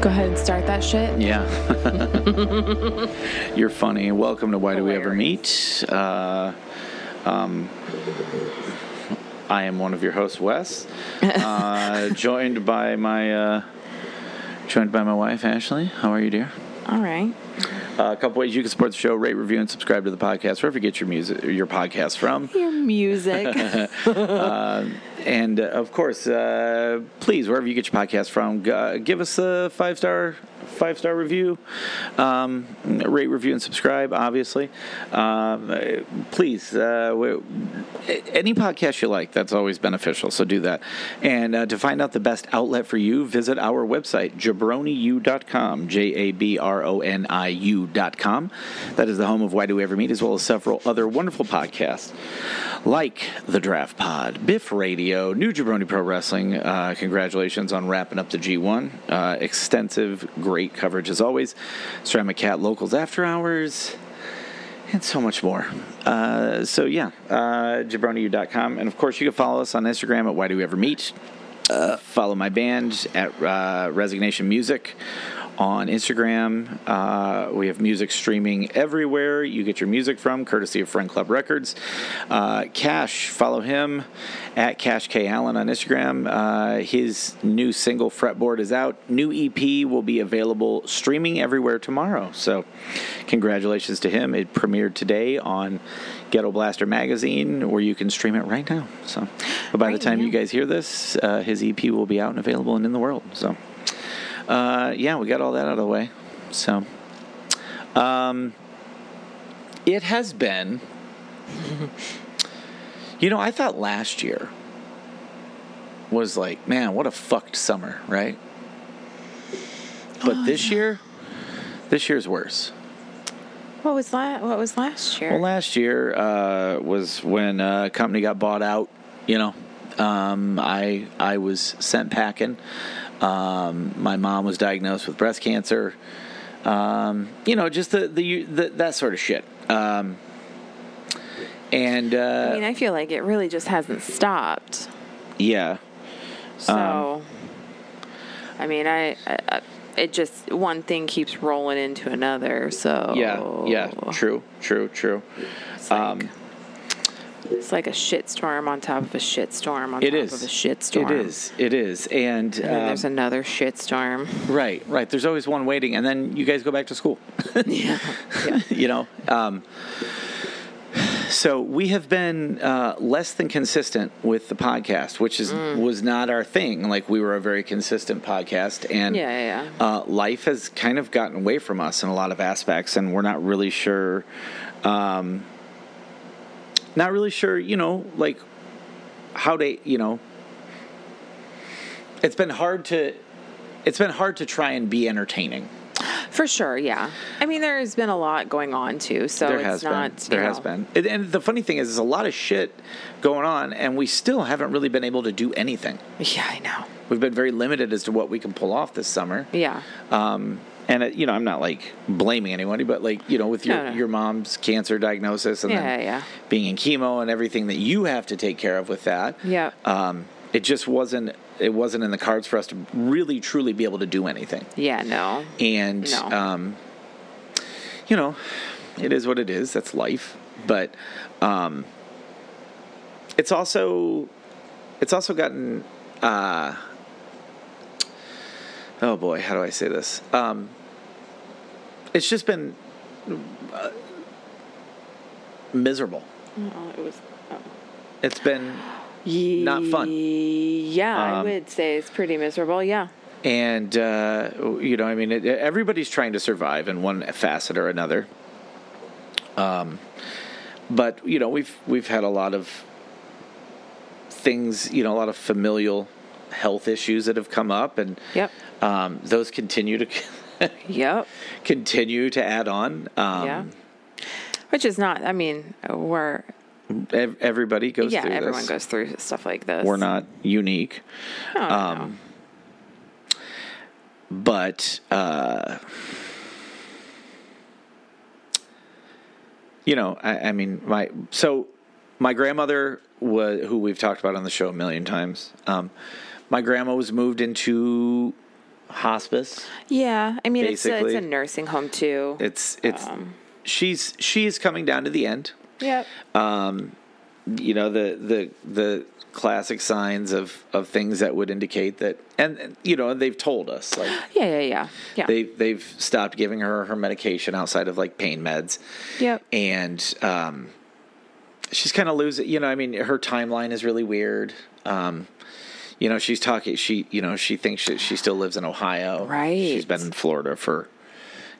Go ahead and start that shit. Yeah. You're funny. Welcome to Why Do We Ever Meet. Uh, um, I am one of your hosts, Wes, uh, joined by my uh, joined by my wife, Ashley. How are you, dear? All right. Uh, a couple ways you can support the show: rate, review, and subscribe to the podcast wherever you get your music, your podcast from. Your music. uh, and uh, of course, uh, please wherever you get your podcast from, g- uh, give us a five star five star review, um, rate, review, and subscribe. Obviously, um, uh, please uh, w- any podcast you like that's always beneficial. So do that. And uh, to find out the best outlet for you, visit our website jabroniu.com, j a b r o n i u dot com. That is the home of Why Do We Ever Meet, as well as several other wonderful podcasts like the Draft Pod, Biff Radio, New Jabroni Pro Wrestling. Uh, congratulations on wrapping up the G1. Uh, extensive, great coverage as always. Ceramic Cat Locals After Hours, and so much more. Uh, so, yeah, uh, jabroniu.com. And of course, you can follow us on Instagram at Why Do We Ever Meet. Uh, follow my band at uh, Resignation Music on Instagram. Uh, we have music streaming everywhere you get your music from, courtesy of Friend Club Records. Uh, Cash, follow him at Cash K Allen on Instagram. Uh, his new single Fretboard is out. New EP will be available streaming everywhere tomorrow. So, congratulations to him. It premiered today on Ghetto Blaster magazine, where you can stream it right now. So, but by the Right time you now. guys hear this, uh, his EP will be out and available and in the world. So uh, yeah, we got all that out of the way. So, um, it has been. you know, I thought last year was like, man, what a fucked summer, right? Oh, But this year, this year's worse. what was la- What was last year? Well, last year uh, was when uh, company got bought out. You know, um, I I was sent packing. Um, my mom was diagnosed with breast cancer. Um, you know, just the, the the that sort of shit. Um, and uh, I mean, I feel like it really just hasn't stopped. yeah, Um, So, I mean, I, I, I- it just one thing keeps rolling into another. So yeah, yeah, Oh. true, true, true. It's like, it's like a shitstorm on top of a shitstorm on It top is of a shitstorm. It is. It is. And, And then there's um, another shitstorm. right, right. There's always one waiting, and then you guys go back to school. yeah. yeah. you know um, so we have been uh, less than consistent with the podcast which is Mm. was not our thing like we were a very consistent podcast and Yeah, yeah, yeah. Uh, life has kind of gotten away from us in a lot of aspects and we're not really sure um, not really sure you know like how to you know it's been hard to it's been hard to try and be entertaining For sure, yeah. I mean, there's been a lot going on too, so there Oh, it's has not. been. There you has know, been. And- And the funny thing is, there's a lot of shit going on, and we still haven't really been able to do anything. Yeah, I know. We've been very limited as to what we can pull off this summer. Yeah, Um, and it, you know, I'm not like blaming anybody, but like you know, with your No, no. your mom's cancer diagnosis and then Yeah, yeah. being in chemo and everything that you have to take care of with that. Yep. Um, it just wasn't. It wasn't in the cards for us to really truly be able to do anything yeah, no. and No. um, you know, it is what it is. That's life. But um, it's also it's also gotten uh, oh boy, how do I say this? Um, it's just been uh, miserable. Oh, it was. Oh. It's been Not fun. Yeah, I Um, would say it's pretty miserable. Yeah, and uh, you know, I mean, it, everybody's trying to survive in one facet or another. Um, but you know, we've we've had a lot of things, you know, a lot of familial health issues that have come up, and Yep. um, those continue to yep. continue to add on. Um, yeah, which is not. I mean, we're ev- everybody goes. yeah, through everyone this. goes through stuff like this. We're not unique. No, no, um, but uh, you know, I, I mean, my so my grandmother was who we've talked about on the show a million times. Um, my grandma was moved into hospice. Yeah, I mean it's a, it's Basically. a nursing home too. It's it's she's she is coming down to the end. yep. you know the the the classic signs of of things that would indicate that and you know they've told us like Yeah, yeah, yeah. Yeah. they they've stopped giving her her medication outside of like pain meds yep. and um she's kind of losing you know i mean her timeline is really weird um you know she's talking she you know she thinks that she still lives in ohio Right. she's been in florida for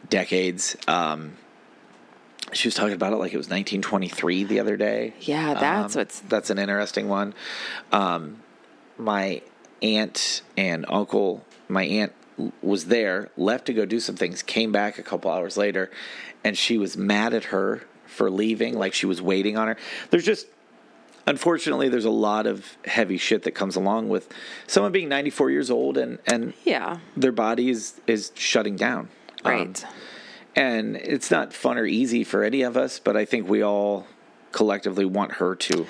decades um she was talking about it like it was 1923 the other day Yeah, that's Um, what's- that's an interesting one um my aunt and uncle my aunt l- was there left to go do some things came back a couple hours later and she was mad at her for leaving like she was waiting on her there's just unfortunately there's a lot of heavy shit that comes along with someone being 94 years old and and yeah. their body is is shutting down Um, Right. and it's not fun or easy for any of us but i think we all collectively want her to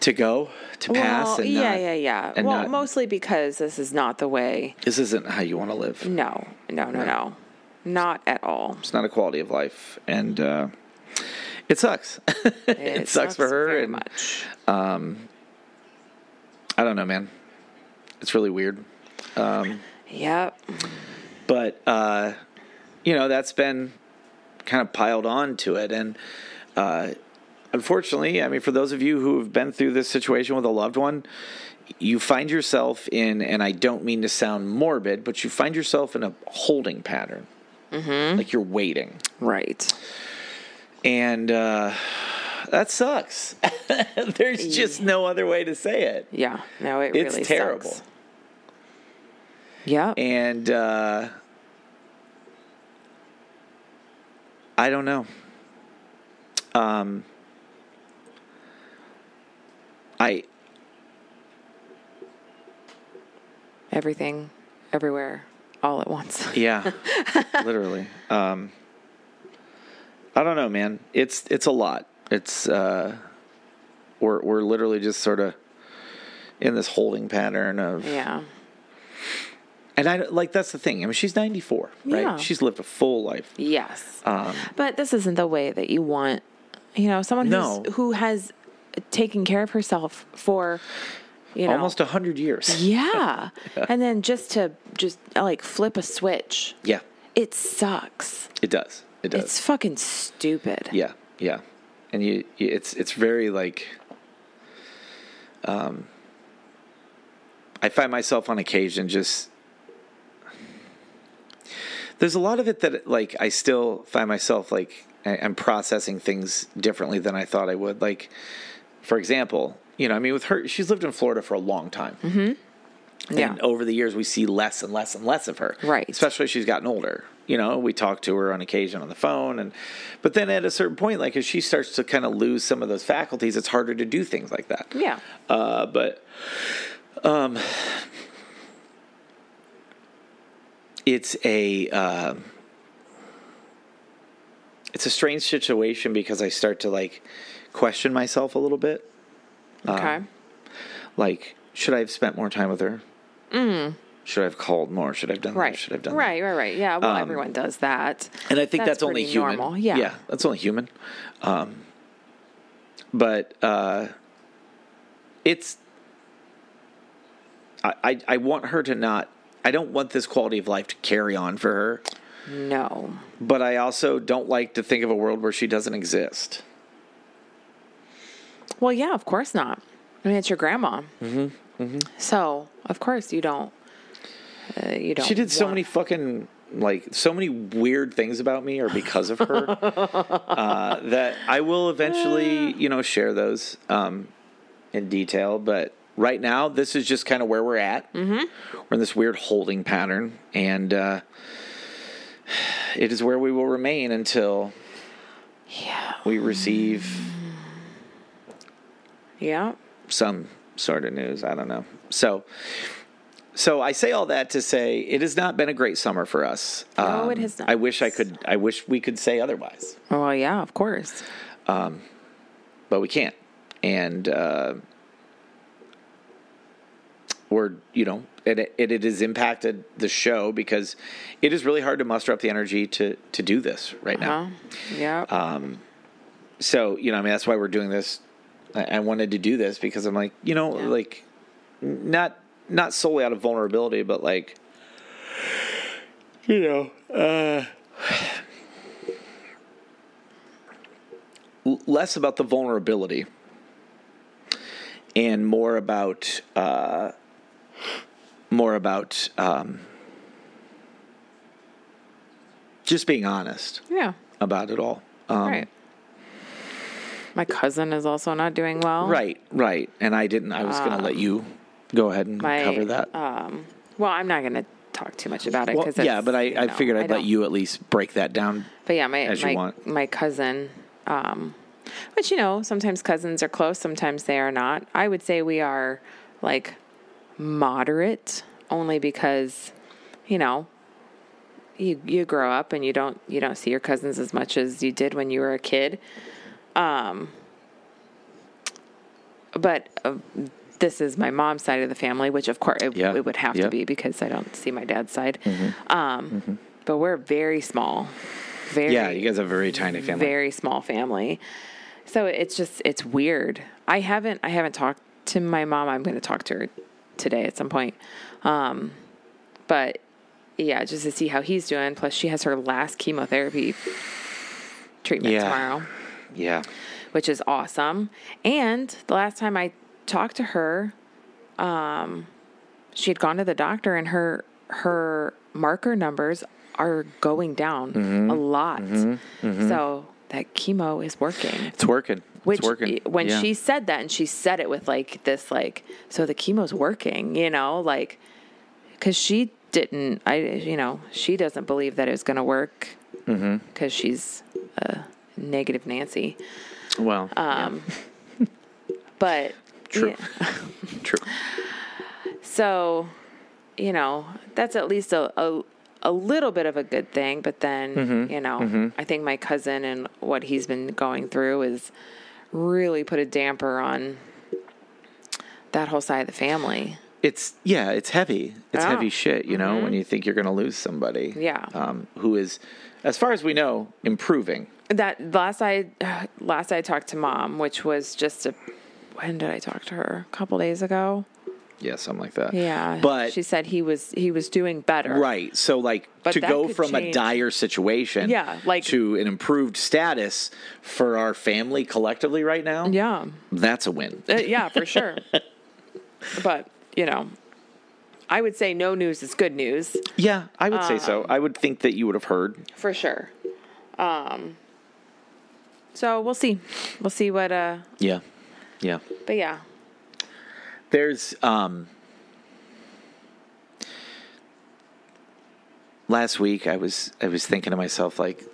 to go to pass well, and yeah, not- yeah, yeah. and Well, not- mostly because this is not the way. this isn't how you want to live No, no, no, no. Not at all. it's not a quality of life and uh it sucks It, sucks for her very and- much. i don't know man it's really weird Yep. but uh, you know that's been kind of piled on to it and uh, unfortunately i mean for those of you who have been through this situation with a loved one you find yourself in and i don't mean to sound morbid but you find yourself in a holding pattern Mm-hmm. like you're waiting Right. and uh, that sucks there's just no other way to say it Yeah. No, it it's really terrible sucks. Yep. and uh, I don't know. Um, I Everything, everywhere, all at once. yeah, literally. Um, I don't know, man. It's it's a lot. It's uh, we're we're literally just sort of in this holding pattern of yeah. and I like that's the thing. I mean, she's ninety four, right? Yeah. She's lived a full life. Yes. Um, But this isn't the way that you want, you know, someone No. who's, who has taken care of herself for, you know, almost a hundred years. yeah. and then just to just like flip a switch, Yeah, it sucks. it does. It does. It's fucking stupid. Yeah, yeah, and you, you it's it's very like, um, I find myself on occasion just there's a lot of it that like I still find myself like I- I'm processing things differently than I thought I would. Like, for example, you know, I mean, with her, she's lived in Florida for a long time. Yeah. And over the years, we see less and less and less of her. Right. Especially as she's gotten older. You know, we talk to her on occasion on the phone, and but then at a certain point, like as she starts to kind of lose some of those faculties, it's harder to do things like that. yeah. Uh, but um, it's a um it's a strange situation because I start to like question myself a little bit. oh, Okay. um, Like, should I have spent more time with her? Mm. Should I have called more? Should I have done right. This? Should I have done Um, that? right. Right. Right. Yeah. Well, everyone does that. And I think that's, only pretty human. normal. Yeah. yeah, that's only human. Um, but uh, it's I, I I want her to not. I don't want this quality of life to carry on for her, No. but I also don't like to think of a world where she doesn't exist. Well, yeah. Of course not. I mean, it's your grandma. Mm-hmm. So of course you don't. Uh, you don't. She did so want- many fucking like so many weird things about me or because of her uh, that I will eventually, you know, share those um, in detail. But right now, this is just kind of where we're at. Mm-hmm. We're in this weird holding pattern, and uh, it is where we will remain until Yeah. we receive Yeah. some sort of news. I don't know. So. So I say all that to say it has not been a great summer for us. Uh, No, Oh, it has not. um, I wish I could. I wish we could say otherwise, Well, yeah. Of course. but we can't. And uh, we're you know and it, it, it has impacted the show because it is really hard to muster up the energy to to do this right Uh-huh. now. Yeah. Um, so you know, I mean, that's why we're doing this. I, I wanted to do this because I'm like, you know, Yeah. like not not solely out of vulnerability, but like you know, uh, l- less about the vulnerability and more about uh, more about um, just being honest yeah. about it all. Um, right. My cousin is also not doing well. Right, right. And I didn't. I was going to let you go ahead and Ah. My, cover that. Um, well, I'm not going to talk too much about it well, because yeah, but I, I figured I'd let let you at least break that down. But yeah, my as you my, want. my cousin, um, which you know, sometimes cousins are close, sometimes they are not. I would say we are like moderate, only because you know you you grow up and you don't you don't see your cousins as much as you did when you were a kid. Um, but uh, this is my mom's side of the family, which of course it, Yeah, it would have yeah. Mm-hmm. to be because I don't see my dad's side. Um, But we're very small. Very Yeah, you guys have a very tiny family. very small family. So it's just it's weird. I haven't I haven't talked to my mom. I'm going to talk to her today at some point. Um but yeah, just to see how he's doing. Plus she has her last chemotherapy treatment Yeah. tomorrow, yeah. which is awesome. And the last time I talked to her um she had gone to the doctor and her her marker numbers are going down Mm-hmm. a lot. So that chemo is working It's working. which it's working. i- when Yeah. she said that and she said it with like this like so the chemo's working you know like because she didn't i you know she doesn't believe that it's going to work Mm-hmm. because she's a negative nancy Well, yeah. um but True. yeah. true. So, you know, that's at least a a, a little bit of a good thing. But then, Mm-hmm. you know, I think my cousin and what he's been going through is really put a damper on that whole side of the family. It's yeah, it's heavy. It's Yeah. heavy shit, you know, when you think you're going to lose somebody. Ah. Mm-hmm. Yeah. Um, who is as far as we know improving. That last I last I talked to mom, which was just a when did I talk to her? A couple days ago. Yeah, something like that. Yeah, But she said he was he was doing better. Right. So like But to that go could from a change. dire situation Yeah, like- to an improved status for our family collectively right now. Yeah. That's a win. Uh, yeah, for sure. but, you know, I would say no news is good news Yeah, I would say so. I would think that you would have heard. for sure. Um, so we'll see. We'll see what, uh, Yeah. Yeah. but yeah. There's um last week I was I was thinking to myself like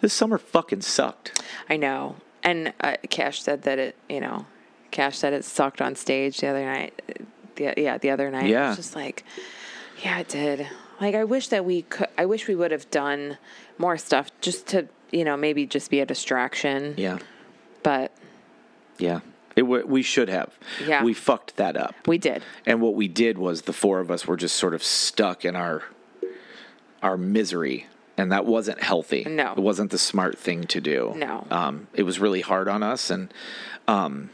this summer fucking sucked. I know. And uh, Cash said that it, you know, Cash said it sucked on stage the other night. The, yeah, the other night. I Yeah. was just like, yeah, it did. Like, I wish that we could, I wish we would have done more stuff just to, you know, maybe just be a distraction. Yeah. But Yeah. It w- we should have. Yeah. We fucked that up. we did. And what we did was the four of us were just sort of stuck in our our misery, and that wasn't healthy. No. it wasn't the smart thing to do. No. um, it was really hard on us, and um,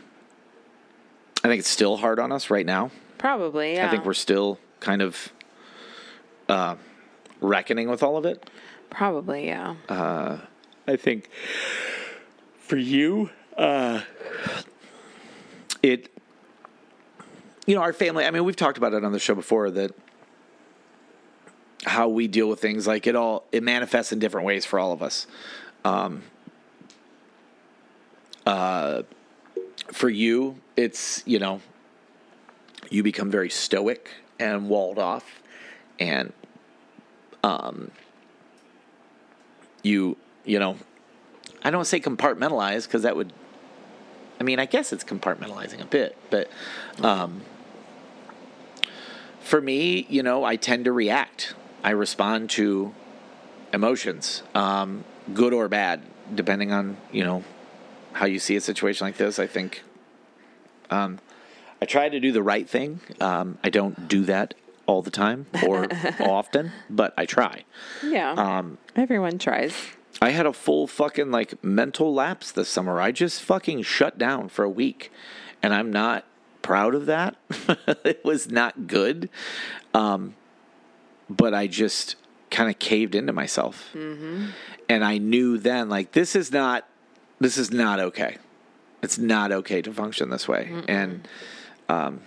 I think it's still hard on us right now. Probably. Yeah. I think we're still kind of uh, reckoning with all of it. Probably, yeah. Uh, I think for you, uh, it, you know, our family, I mean, we've talked about it on the show before that how we deal with things like it all, it manifests in different ways for all of us. Um, uh, for you, it's, you know, you become very stoic and walled off and you you know i don't say compartmentalize because that would i mean i guess it's compartmentalizing a bit but um for me you know i tend to react i respond to emotions um good or bad depending on you know how you see a situation like this i think um I try to do the right thing. Um, I don't do that all the time or often, but I try. Yeah. Um, Everyone tries. I had a full fucking like mental lapse this summer. I just fucking shut down for a week, and I'm not proud of that. it was not good, um, but I just kind of caved into myself, and I knew then like this is not this is not okay. It's not okay to function this way, and um,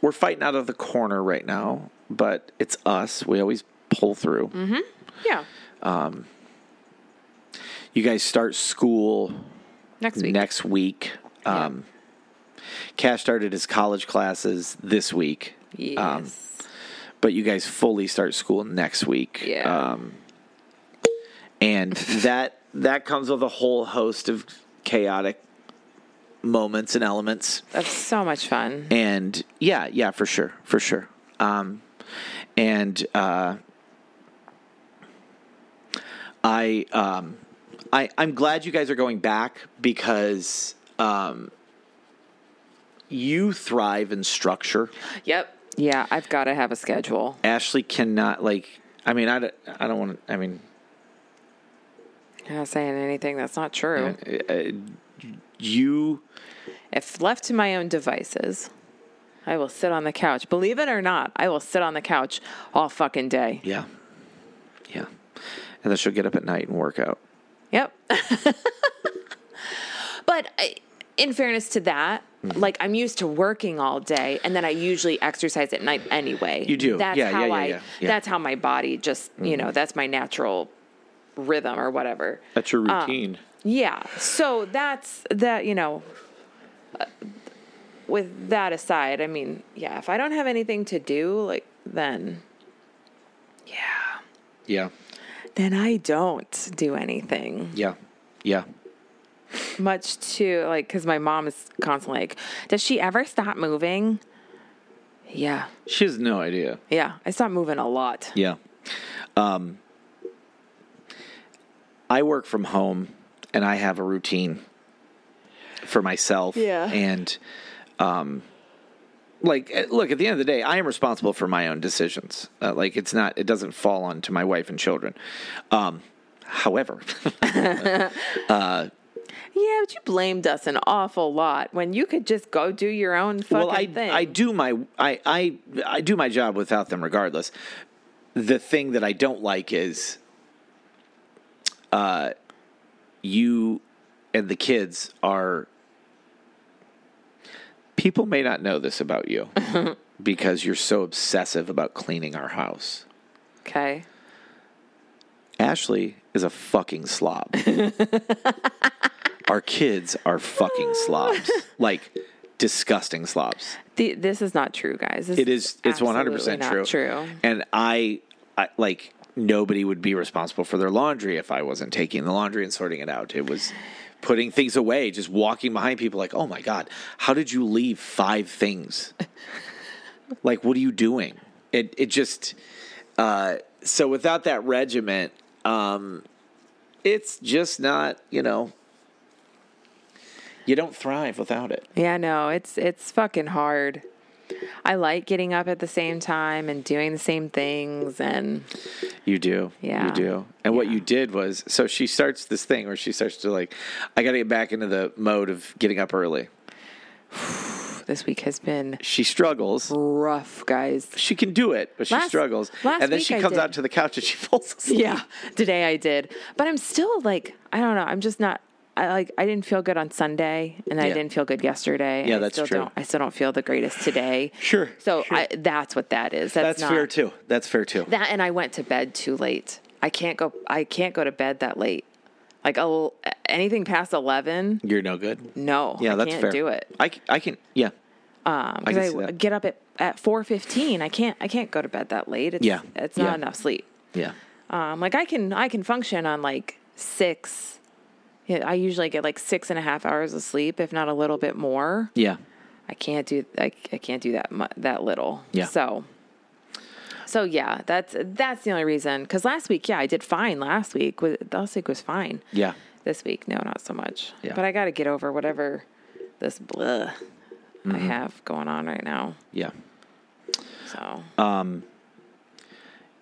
we're fighting out of the corner right now. But it's us. We always pull through Yeah. you guys start school Next week. next week. Um, Cash started his college classes this week, Yes. um, but you guys fully start school next week. Yeah. Um, and that that comes with a whole host of chaotic moments and elements. That's so much fun. And yeah, yeah, for sure, for sure. Um, and uh, I, um, I, I'm glad you guys are going back because um, you thrive in structure. Yep. Yeah, I've got to have a schedule. Ashley cannot like. I mean, I don't, I don't want. to I mean, I'm not saying anything that's not true. you. If left to my own devices, I will sit on the couch. Believe it or not, I will sit on the couch all fucking day. Yeah, yeah. And then she'll get up at night and work out. Yep. but I, in fairness to that, Mm-hmm. like I'm used to working all day, and then I usually exercise at night anyway. You do. That's Yeah, yeah, how yeah, I. yeah, yeah. Mm-hmm. That's how my body just you know that's my natural rhythm or whatever. That's your routine. Yeah. So that's that, you know, uh, with that aside, I mean, yeah, if I don't have anything to do, like, then, yeah, yeah, then I don't do anything. yeah, yeah. Much to, like, because my mom is constantly like, does she ever stop moving? Yeah. She has no idea. Yeah. I stop moving a lot. Yeah. Um, I work from home and I have a routine for myself. Yeah. And, um, like, eh, look, at the end of the day, I am responsible for my own decisions. Uh, like, it's not, it doesn't fall onto my wife and children. Um, however, Yeah, but you blamed us an awful lot when you could just go do your own fucking well, I, thing. I do my, I, I, I do my job without them regardless. The thing that I don't like is, uh, you and the kids are people may not know this about you because you're so obsessive about cleaning our house. Okay. Ashley is a fucking slob. our kids are fucking slobs. Like disgusting slobs. The, this is not true, guys. This It is it's absolutely 100% not true. True. And I, I like nobody would be responsible for their laundry if I wasn't taking the laundry and sorting it out. It was putting things away, just walking behind people like, "Oh my god, how did you leave five things? like what are you doing?" It it just uh so without that regiment, um it's just not, you know, you don't thrive without it. Yeah, no, it's it's fucking hard. I like getting up at the same time and doing the same things and You do. Yeah. You do. And what Yeah. you did was so she starts this thing where she starts to like, I got to get back into the mode of getting up early. this week has been She struggles. rough, guys. She can do it, but she Last- struggles. last and then week she I comes did. out to the couch and she falls asleep. Yeah, today I did. But I'm still like I don't know, I'm just not I like I didn't feel good on Sunday and I Yeah. didn't feel good yesterday. and Yeah, I that's still true. Don't, I still don't feel the greatest today. Sure, So sure. I, that's what that is. That's That's, not, fair too. That's fair too. That and I went to bed too late. I can't go. I can't go to bed that late. Like a, anything past eleven, You're no good. no. Yeah, I that's can't fair. do it. I, c- I can, yeah. Um, I can because see I, that. get up at at four fifteen. I can't. I can't go to bed that late. It's, Yeah, it's not yeah. enough sleep. Yeah. Um, like I can. I can function on like six. Yeah, I usually get like six and a half hours of sleep, if not a little bit more. Yeah. I can't do I, I can't do that mu- that little. Yeah. So So yeah, that's that's the only reason cuz last week, yeah, I did fine last week. Wa- Last week was fine. Yeah. This week, no, not so much. Yeah. But I got to get over whatever this blah I Mm-hmm. have going on right now. Yeah. So Uh,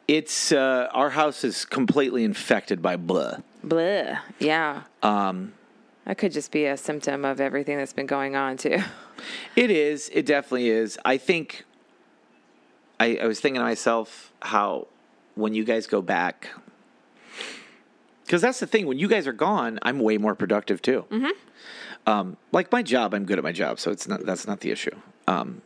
It's uh, our house is completely infected by blah. blah, yeah. Um, that could just be a symptom of everything that's been going on too. It is. It definitely is. I think I, I was thinking to myself how when you guys go back, because that's the thing. When you guys are gone, I'm way more productive too. Um, like my job, I'm good at my job, so it's not that's not the issue. Um,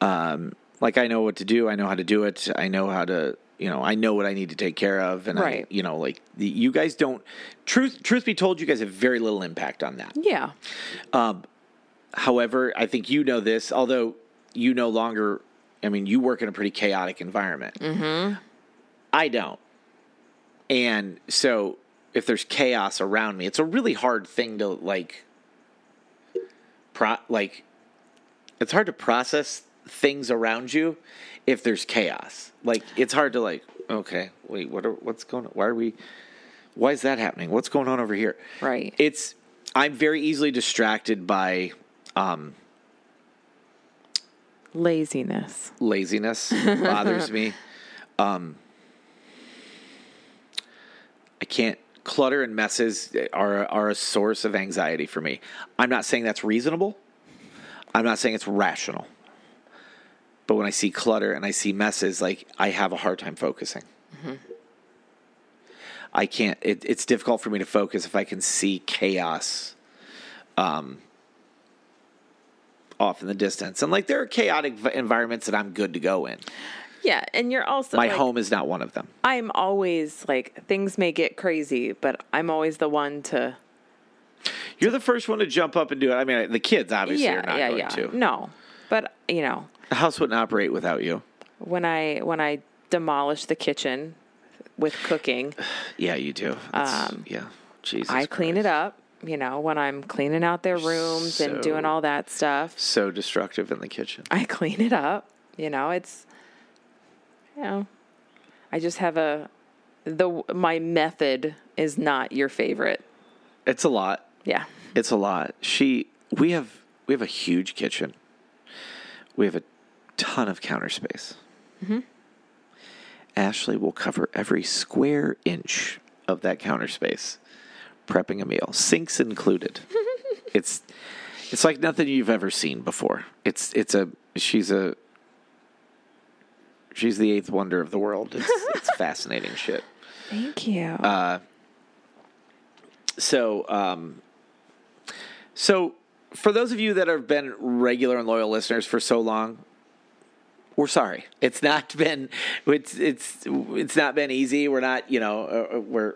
um, like I know what to do. I know how to do it. I know how to. You know, I know what I need to take care of, and Right. I, you know, like the, you guys don't. Truth, truth be told, you guys have very little impact on that. Yeah, However, I think you know this, although you no longer, I mean, you work in a pretty chaotic environment. Mm-hmm. I don't. And so if there's chaos around me, it's a really hard thing to like, pro- like, it's hard to process things around you if there's chaos. Like, it's hard to like, okay, wait, what are, what's going on? Why are we, why is that happening? What's going on over here? right. it's I'm very easily distracted by um, Laziness. laziness. bothers me. Um, I can't. Clutter and messes are are a source of anxiety for me. I'm not saying that's reasonable. I'm not saying it's rational. But when I see clutter and I see messes, like I have a hard time focusing. I can't. It, it's difficult for me to focus if I can see chaos, um, off in the distance. And like there are chaotic v- environments that I'm good to go in. Yeah, and you're also My like, home is not one of them. I'm always like things may get crazy, but I'm always the one to. You're the first one to jump up and do it. I mean, the kids obviously yeah, are not yeah, going yeah. to. No, but you know, The house wouldn't operate without you. when I when I demolish the kitchen with cooking, Yeah, you do. That's- yeah, Jesus. Um, I clean Christ. it up. You know, when I'm cleaning out their rooms So- and doing all that stuff, So destructive in the kitchen. I clean it up. You know, it's you know, I just have a the my method is not your favorite. It's a lot. Yeah, It's a lot. She. We have. We have a huge kitchen. We have a ton of counter space. Ashley will cover every square inch of that counter space, prepping a meal, sinks included. it's it's like nothing you've ever seen before. It's it's a she's a she's the eighth wonder of the world. It's it's fascinating shit. thank you. Uh, So, um, so for those of you that have been regular and loyal listeners for so long, we're sorry. It's not been it's it's it's not been easy. We're not you know uh, uh, we're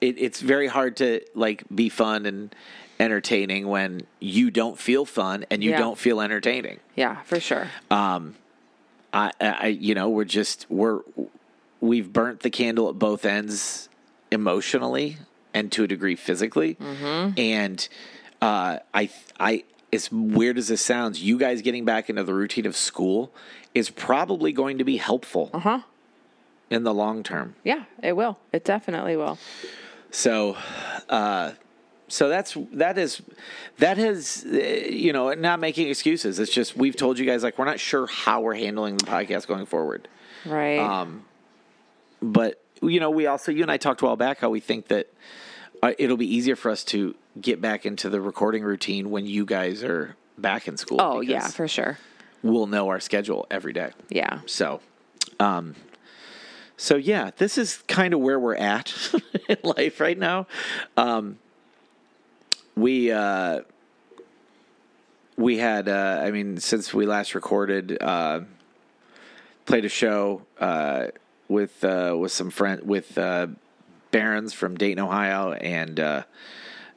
it, it's very hard to like be fun and entertaining when you don't feel fun and you Yeah. don't feel entertaining. yeah, for sure. I, I I- you know we're just we're we've burnt the candle at both ends emotionally and to a degree physically and uh i i as weird as this sounds you guys getting back into the routine of school is probably going to be helpful huh? in the long term Yeah, it will. It definitely will. so uh so that's that is that has uh, you know not making excuses it's just we've told you guys like we're not sure how we're handling the podcast going forward Right. Um, but you know, we also you and I talked a while back how we think that uh, it'll be easier for us to get back into the recording routine when you guys are back in school. oh yeah, because for sure. we'll know our schedule every day. Yeah. So, um, so yeah, this is kind of where we're at in life right now. Um, we uh, we had, uh, I mean, since we last recorded, uh, played a show uh, with uh, with some friend with uh, Barons from Dayton, Ohio, and uh,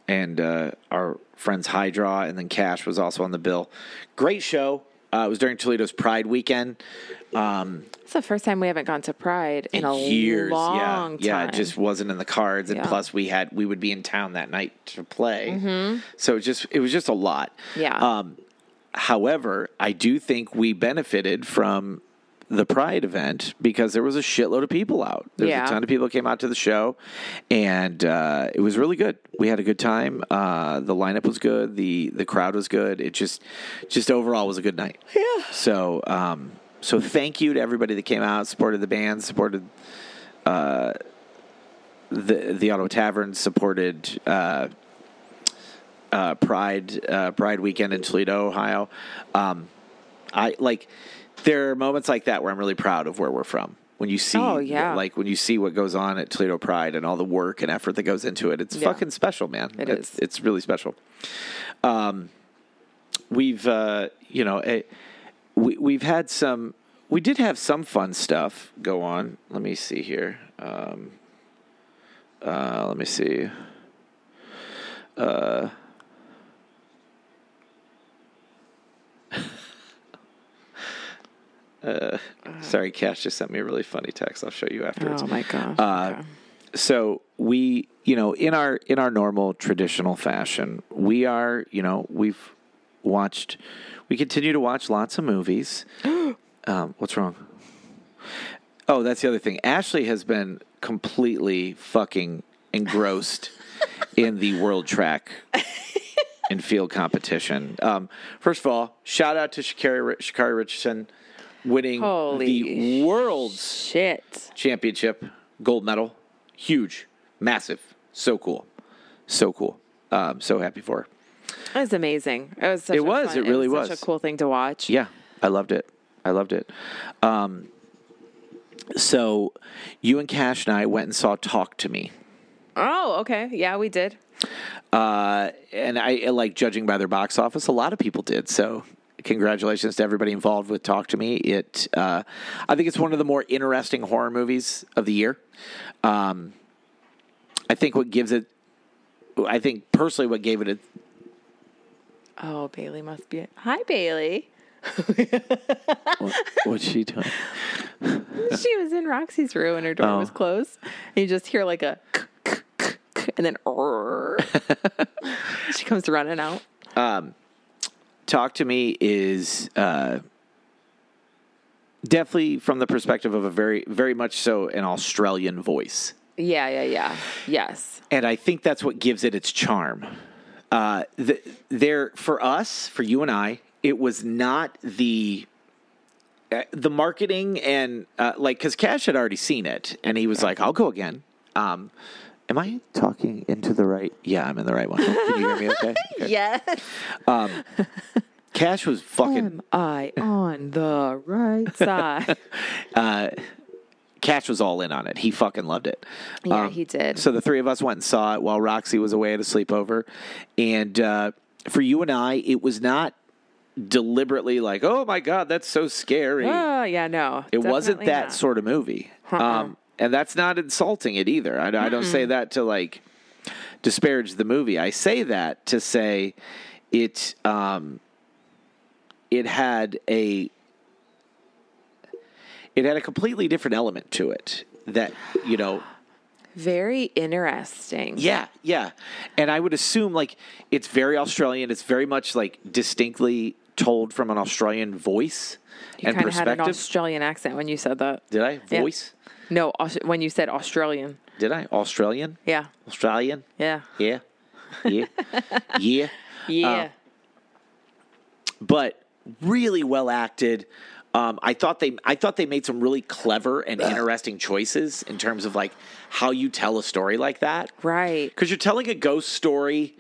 and uh, our friends High Draw, and then Cash was also on the bill. Great show. Uh, it was during Toledo's Pride weekend. Um, It's the first time we haven't gone to Pride in, a years, long yeah, yeah, time. it just wasn't in the cards. And Yeah. plus, we had we would be in town that night to play, so it just it was just a lot. Mm-hmm. Yeah. Um, however, I do think we benefited from the Pride event because there was a shitload of people out. There's Yeah. a ton of people came out to the show, and uh, it was really good. We had a good time. Uh, the lineup was good. the The crowd was good. It just, just overall was a good night. Yeah. So, um, so thank you to everybody that came out, supported the band, supported uh, the the Auto Tavern, supported. Uh, uh, Pride uh, Pride weekend in Toledo, Ohio. Um, I like there are moments like that where I'm really proud of where we're from. When you see, Oh, yeah. like when you see what goes on at Toledo Pride and all the work and effort that goes into it, it's Yeah. fucking special, man. It it's, is. It's really special. Um, we've uh, you know, eh, we we've had some. We did have some fun stuff go on. Let me see here. Um, uh, let me see. Uh, uh, Sorry, Cash just sent me a really funny text. I'll show you afterwards. Oh my gosh. Uh, so we, you know, in our in our normal traditional fashion, we are, you know, we've watched, we continue to watch lots of movies. um, what's wrong? Oh, that's the other thing. Ashley has been completely fucking engrossed in the world track and field competition. Um, first of all, shout out to Shakari, Shakari Richardson winning Holy the world's Shit. championship gold medal. Huge, massive, so cool, so cool. Um, so happy for her. That was amazing. It was such It a was, fun- it really Such was. a cool thing to watch. Yeah, I loved it. I loved it. Um, so you and Cash and I went and saw Talk to Me. Oh, okay. Yeah, we did. Uh, and I and, like judging by their box office, a lot of people did. So congratulations to everybody involved with Talk to Me. It, uh, I think it's one of the more interesting horror movies of the year. Um, I think what gives it, I think personally, what gave it a, Oh, Bailey must be. Hi, Bailey. What's she doing? She was in Roxy's room and her door Oh. was closed. And you just hear like a k- k- k- k- and then "Arr." she comes running out. Talk to me is uh, definitely from the perspective of a very, very much so an Australian voice, Yeah, yeah, yeah. Yes. and I think that's what gives it its charm. Uh, the, there for us, for you and I, it was not the uh, the marketing and uh, like because Cash had already seen it, and he was like, "I'll go again." Um, am I talking into the right? Yeah, I'm in the right one. Can you hear me? Okay. okay. Yes. Cash was fucking Am I on the right side? Cash was all in on it. He fucking loved it. Uh, Yeah, he did. Um, So the three of us went and saw it while Roxy was away at a sleepover. And uh, for you and I, it was not deliberately like, oh my God, that's so scary. oh, yeah, no. it wasn't Definitely that not. Uh-uh. sort of movie. Um, and that's not insulting it either. I, I don't say that to like disparage the movie. I say that to say it. Um, it had a it had a completely different element to it that you know Very interesting. yeah yeah and i would assume like it's very australian it's very much like distinctly told from an australian voice You and kind of had an perspective Australian accent when you said that. did i Yeah. voice No, Aus- when you said Australian. did i australian Yeah. australian Yeah. yeah yeah yeah Yeah. but really well acted. Um, I thought they I thought they made some really clever and interesting choices in terms of like how you tell a story like that. right. Because you're telling a ghost story,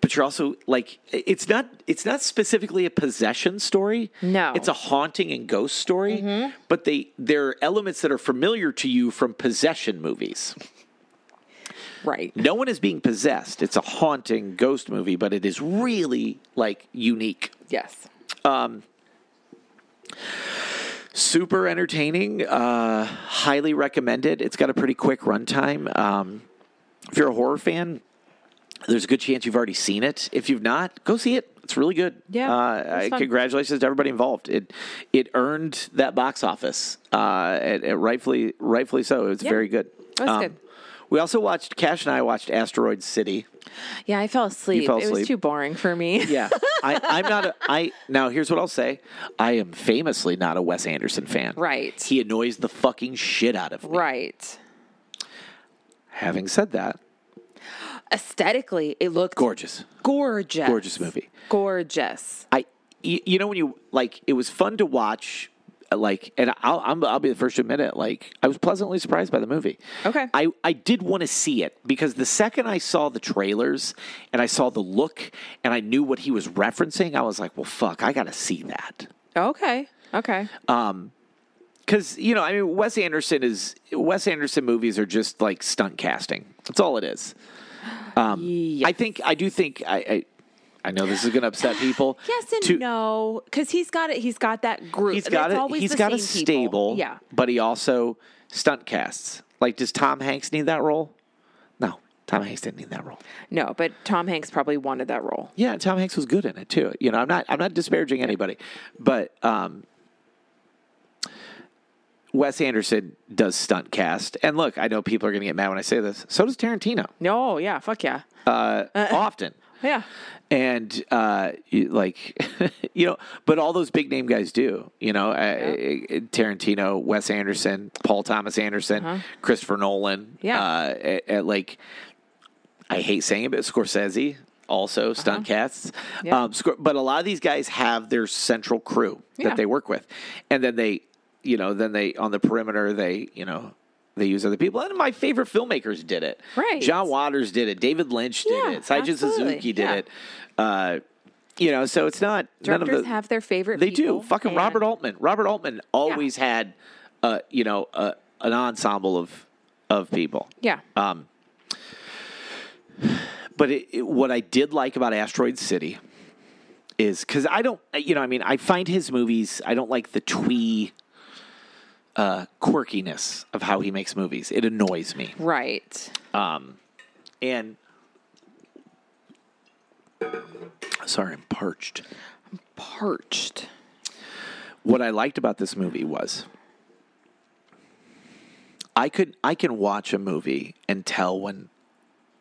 but you're also like it's not it's not specifically a possession story. No. Mm-hmm. it's a haunting and ghost story. But they there are elements that are familiar to you from possession movies. Right. No one is being possessed. It's a haunting ghost movie, but it is really like unique. Yes. super entertaining uh highly recommended it's got a pretty quick runtime um if you're a horror fan there's a good chance you've already seen it if you've not go see it it's really good Yeah, uh, it's fun. congratulations to everybody involved it it earned that box office uh it, it rightfully rightfully so it was very good That's good. We also watched Cash and I watched Asteroid City. Yeah, I fell asleep. fell It was asleep. too boring for me. Yeah, I, I'm not. A, I now here's what I'll say. I am famously not a Wes Anderson fan. Right. He annoys the fucking shit out of me. right. Having said that, Aesthetically, it looked gorgeous, gorgeous. gorgeous movie. Gorgeous. I, y- you know, when you like, it was fun to watch. uh, Like, and I'll I'm, I'll be the first to admit it. Like, I was pleasantly surprised by the movie. Okay. I I did want to see it because the second I saw the trailers and I saw the look and I knew what he was referencing, I was like, well, fuck, I gotta see that. Okay. Okay. Because you know, I mean, Wes Anderson is Wes Anderson movies are just like stunt casting. That's all it is. Um, I think I do think I. I I know this is going to upset people. yes and To- no, because he's got it. He's got that group. He's got It's a always he's the got a same people. stable. Yeah. But he also stunt casts. Like, does Tom Hanks need that role? No, Tom Hanks didn't need that role. No, but Tom Hanks probably wanted that role. Yeah, Tom Hanks was good in it too. You know, I'm not I'm not disparaging anybody, but um, Wes Anderson does stunt cast. And look, I know people are going to get mad when I say this. So does Tarantino No. Yeah. Fuck yeah. uh, often. Yeah. And uh, you- like, you know, but all those big name guys do. You know, uh, Tarantino, Wes Anderson, Paul Thomas Anderson, Christopher Nolan. Uh-huh. Yeah. uh, at- at, like I hate saying it, but Scorsese also stunt casts. Uh-huh. Yeah. Um, Scor- but a lot of these guys have their central crew Yeah. that they work with, and then they, you know, then they on the perimeter they, you know. They use other people, and my favorite filmmakers did it. Right. John Waters did it. David Lynch did Yeah, it. Saijin absolutely. Suzuki did Yeah. it. Uh, you know, so it's not none Directors of the, have their favorite. They people do. Fucking and- Robert Altman. Robert Altman always had, uh, you know, uh, an ensemble of of people. Yeah. Um, but it, it- what I did like about Asteroid City is because I don't, uh, you know, I mean, I find his movies, I don't like the twee uh, quirkiness of how he makes movies. It annoys me. Right. And sorry, I'm parched. Parched. What I liked about this movie was I could I can watch a movie and tell when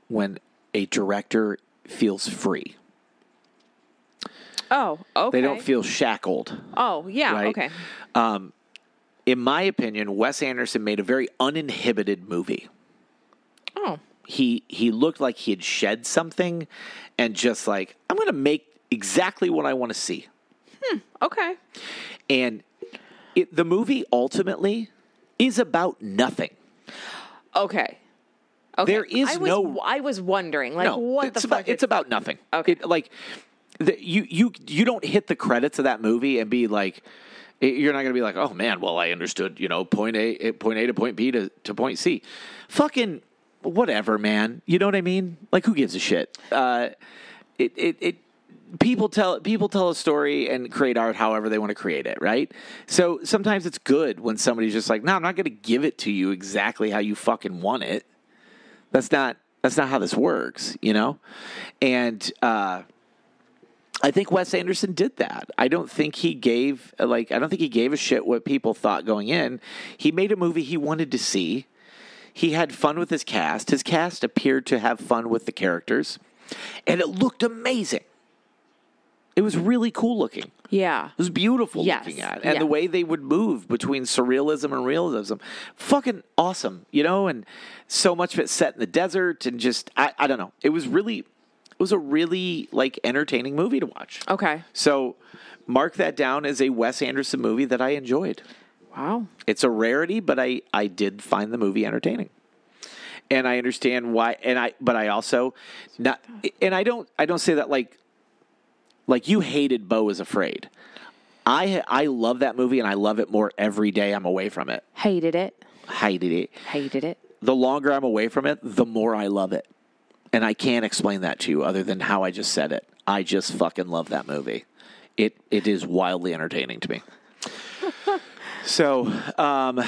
when a director feels free. Oh. Okay. They don't feel shackled. Oh. Yeah. right? Um, Okay. In my opinion, Wes Anderson made a very uninhibited movie. Oh. He he looked like he had shed something and just like I'm going to make exactly what I want to see. Okay. And it, the movie ultimately is about nothing. Okay. Okay. There is I was, no- I was wondering, like, no, what it's the about, fuck? It's about nothing. Okay. It, like the, you you you don't hit the credits of that movie and be like. it- You're not going to be like, oh man, well I understood, you know, point A, eh, point A to point B to, to point C, fucking whatever, man. You know what I mean? Like, who gives a shit? Uh, it, it, it. People tell people tell a story and create art however they want to create it, right? So sometimes it's good when somebody's just like, no, I'm not going to give it to you exactly how you fucking want it that's not that's not how this works you know and uh i think wes anderson did that i don't think he gave like i don't think he gave a shit what people thought going in he made a movie he wanted to see he had fun with his cast his cast appeared to have fun with the characters and it looked amazing it was really cool looking yeah. it was beautiful Yes, looking at, and yeah. the way they would move between surrealism and realism, fucking awesome, you know. And so much of it set in the desert, and just I, I don't know. It was really, it was a really like entertaining movie to watch. Okay. So, mark that down as a Wes Anderson movie that I enjoyed. Wow. It's a rarity, but I I did find the movie entertaining. And I understand why and I but I also not and I don't I don't say that like like you hated Bo is afraid. I I love that movie and I love it more every day I'm away from it. Hated it. Hated it. Hated it. The longer I'm away from it, the more I love it. And I can't explain that to you other than how I just said it. I just fucking love that movie. It it is wildly entertaining to me. so, um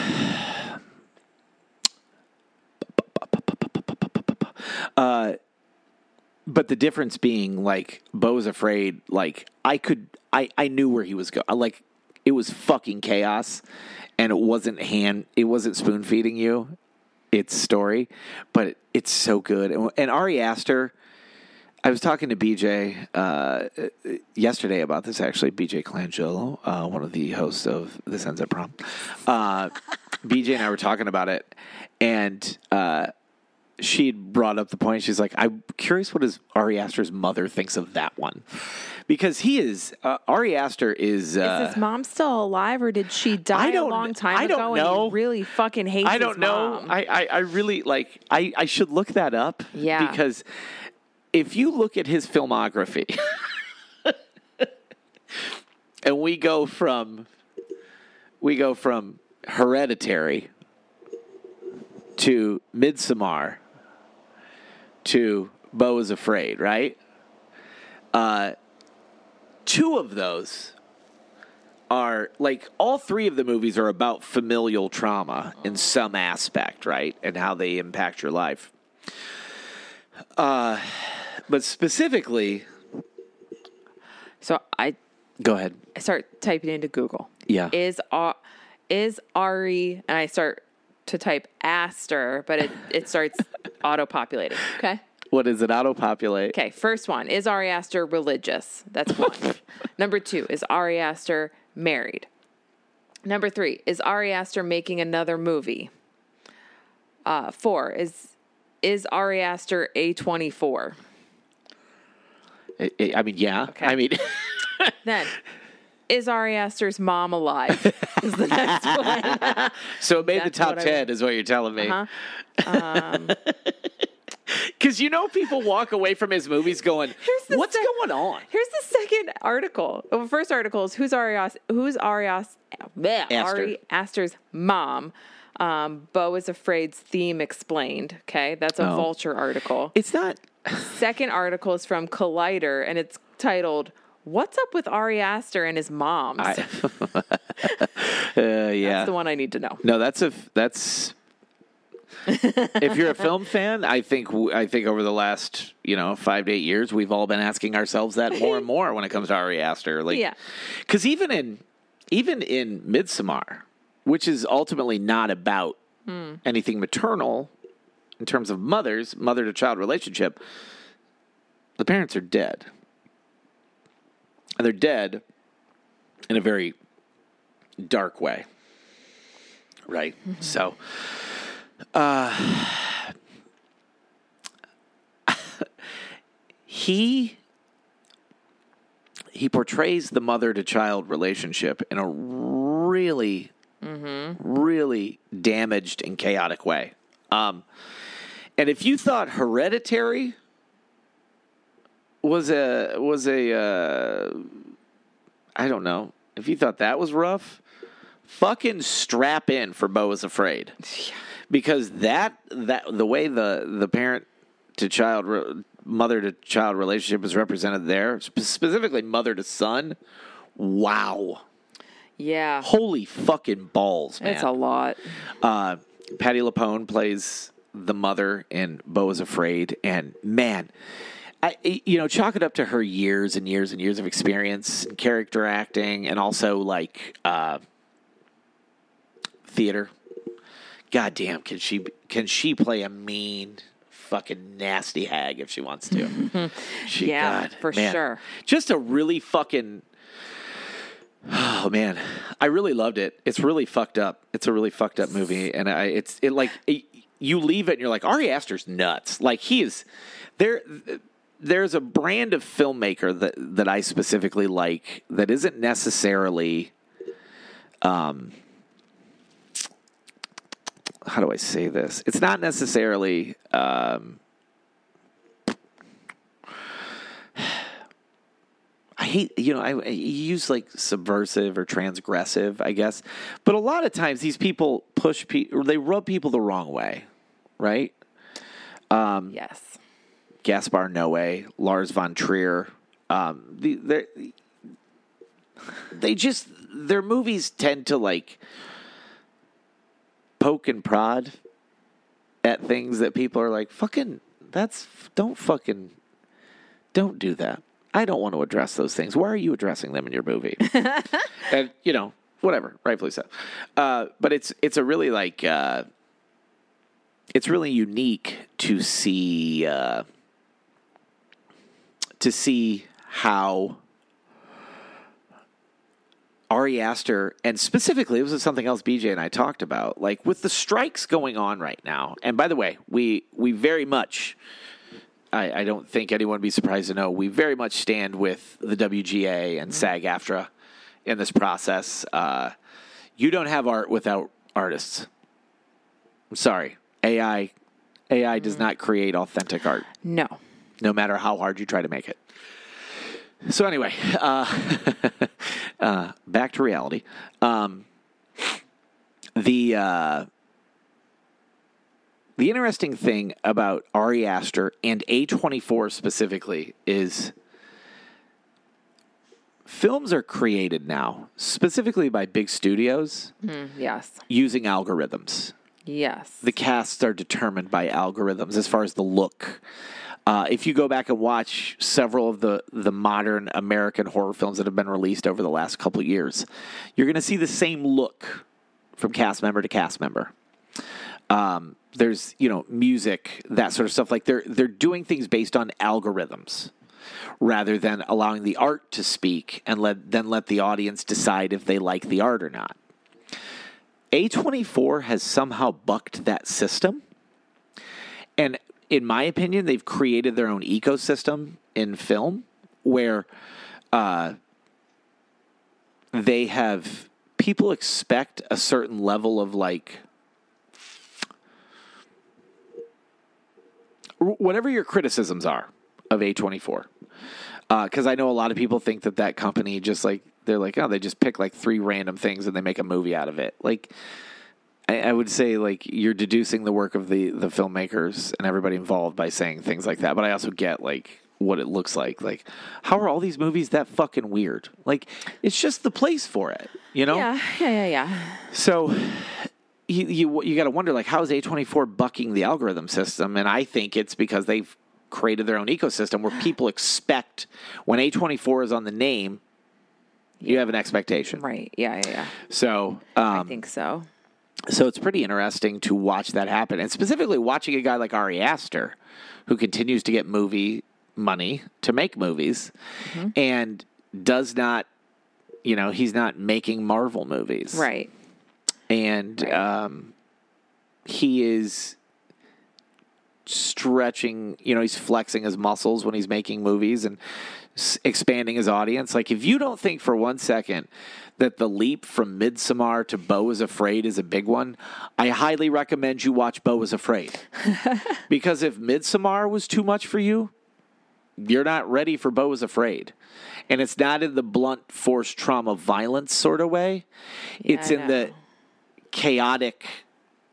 uh, but the difference being like Bo's afraid like I could I I knew where he was going. Like it was fucking chaos and it wasn't hand it wasn't spoon feeding you its story, but it's so good. And, and Ari Aster, I was talking to BJ uh, yesterday about this. Actually, BJ Colangelo, uh, one of the hosts of This Ends at Prom, uh, BJ and I were talking about it, and uh, she brought up the point. She's like, "I'm curious what his Ari Aster's mother thinks of that one, because he is uh, Ari Aster is." Uh, Is his mom still alive, or did she die a don't- long time I don't ago? know. And he really fucking hates. I don't his know. mom? I, I, I really like I, I should look that up. Yeah. Because if you look at his filmography and we go from we go from hereditary to Midsommar to Bo is Afraid, right? Uh two of those are like all three of the movies are about familial trauma in some aspect, right? And how they impact your life. Uh, but specifically, So I go ahead. start typing into Google. Yeah. Is Ar- is Ari and I start to type Aster, but it, it starts auto populating. Okay. What is it? Auto populate. Okay. First one is Ari Aster religious? That's one. Number two is Ari Aster married? Number three is Ari Aster making another movie? Uh, four is is Ari Aster a twenty four? I, I mean, yeah. I mean, Then is Ari Aster's mom alive? Is the next one. so it made That's the top what I- Uh-huh. Um, 10 is what you're telling me. Because you know, people walk away from his movies going, Here's the what's sec- going on? Here's the second article. Well, first article is who's Ari As- who's Ari, As- bleh, Aster. Ari Aster's mom. Um, Bo is afraid's theme explained. Okay, that's a Oh. vulture article. It's not. Second article is from Collider and it's titled "What's up with Ari Aster and his moms?" I, uh, yeah. that's the one I need to know. No, that's a f- that's. if you're a film fan, I think w- I think over the last you know five to eight years, we've all been asking ourselves that more and more when it comes to Ari Aster, like, Yeah. because even in even in Midsommar, which is ultimately not about anything maternal in terms of mothers, mother to child relationship, the parents are dead, and they're dead in a very dark way. Right. So, uh, he he portrays the mother to child relationship in a really, really damaged and chaotic way. Um, and if you thought Hereditary was a was a uh, I don't know if you thought that was rough, fucking strap in for Bo is afraid because that that the way the the parent to child re- mother to child relationship is represented there spe- specifically mother to son wow Yeah, holy fucking balls man it's a lot. uh, Patty Lapone plays the mother in Bo is Afraid, and man, I you know chalk it up to her years and years and years of experience, in character acting, and also like uh, theater. God damn, can she can she play a mean fucking nasty hag if she wants to? she, Yeah, God, for man. sure. Just a really fucking Oh man, I really loved it. It's really fucked up. It's a really fucked up movie, and I it's it like it, you leave it and you're like Ari Aster's nuts. Like he is there. There's a brand of filmmaker that that I specifically like that isn't necessarily, um, how do I say this? It's not necessarily. Um, I hate, you know, I, I use like subversive or transgressive, I guess. But a lot of times these people push people, they rub people the wrong way, right? Um, Yes. Gaspar Noé, Lars von Trier. Um, the, they're- they just their movies tend to like poke and prod at things that people are like, "Fucking, that's don't fucking don't do that." I don't want to address those things. Why are you addressing them in your movie? and you know, whatever, rightfully so. Uh, but it's it's a really like. Uh, it's really unique to see uh, to see how Ari Aster, and specifically, it was something else BJ and I talked about, like with the strikes going on right now. And by the way, we we very much, I, I don't think anyone would be surprised to know, we very much stand with the WGA and SAG-AFTRA in this process. Uh, you don't have art without artists. I'm sorry, AI AI does not create authentic art No. no matter how hard you try to make it. So anyway, uh, uh, back to reality. Um, the uh, the interesting thing about Ari Aster and A24 specifically is films are created now specifically by big studios Mm, yes. using algorithms Yes. the casts are determined by algorithms as far as the look. Uh, if you go back and watch several of the, the modern American horror films that have been released over the last couple of years, you're going to see the same look from cast member to cast member. Um, there's you know music that sort of stuff. Like they're they're doing things based on algorithms rather than allowing the art to speak and let then let the audience decide if they like the art or not. A24 has somehow bucked that system. And in my opinion, they've created their own ecosystem in film where uh, they have people expect a certain level of like whatever your criticisms are of A24. Because I know a lot of people think that that company just like, they're like, oh, they just pick like three random things and they make a movie out of it. Like, I, I would say like you're deducing the work of the the filmmakers and everybody involved by saying things like that. But I also get like what it looks like. Like, how are all these movies that fucking weird? Like, it's just the place for it, you know? yeah, yeah, yeah, yeah. So you you, you got to wonder like how is A24 bucking the algorithm system? And I think it's because they've created their own ecosystem where people expect when A24 is on the name, you have an expectation. Right. Yeah, yeah, yeah. So I um, think so. so it's pretty interesting to watch that happen, and specifically watching a guy like Ari Aster, who continues to get movie money to make movies, Mm-hmm. and does not, you know, he's not making Marvel movies, Right. And um, he is stretching, you know, he's flexing his muscles when he's making movies and s- expanding his audience. Like, if you don't think for one second that the leap from Midsommar to Bo is Afraid is a big one, I highly recommend you watch Bo is Afraid. because if Midsommar was too much for you, you're not ready for Bo is Afraid. And it's not in the blunt force trauma violence sort of way. it's I in the know. chaotic,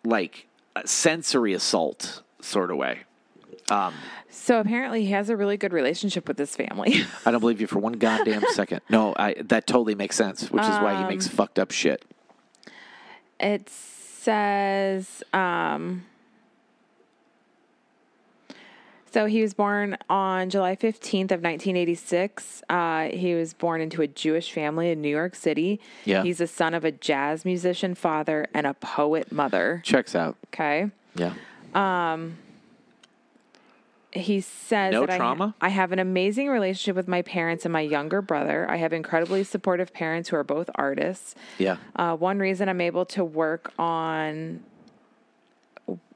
like uh, sensory assault sort of way. So apparently he has a really good relationship with his family. I don't believe you for one goddamn second. No, I, that totally makes sense, which is why he makes Um, fucked up shit. it says um so he was born on july 15th of 1986 uh, he was born into a jewish family in new york city Yeah. he's the son of a jazz musician father and a poet mother Checks out. okay Yeah. he says No that I- trauma? I, have an amazing relationship with my parents and my younger brother i have incredibly supportive parents who are both artists Yeah. uh, one reason I'm able to work on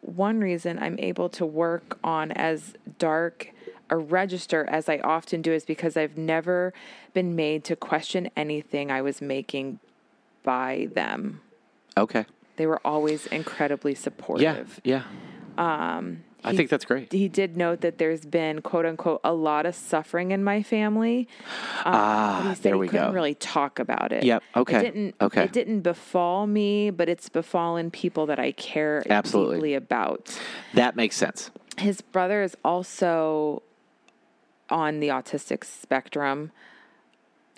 one reason I'm able to work on as dark a register as I often do is because I've never been made to question anything I was making by them. Okay. They were always incredibly Yeah. supportive. Yeah. Um, I think that's great. Um, He did note that there's been quote unquote a lot of suffering in my family. ah, he said there he we couldn't go. really talk about it. Yep. It Okay. didn't, Okay. It didn't befall me, but it's befallen people that I care Absolutely. deeply about. that makes sense. His brother is also on the autistic spectrum.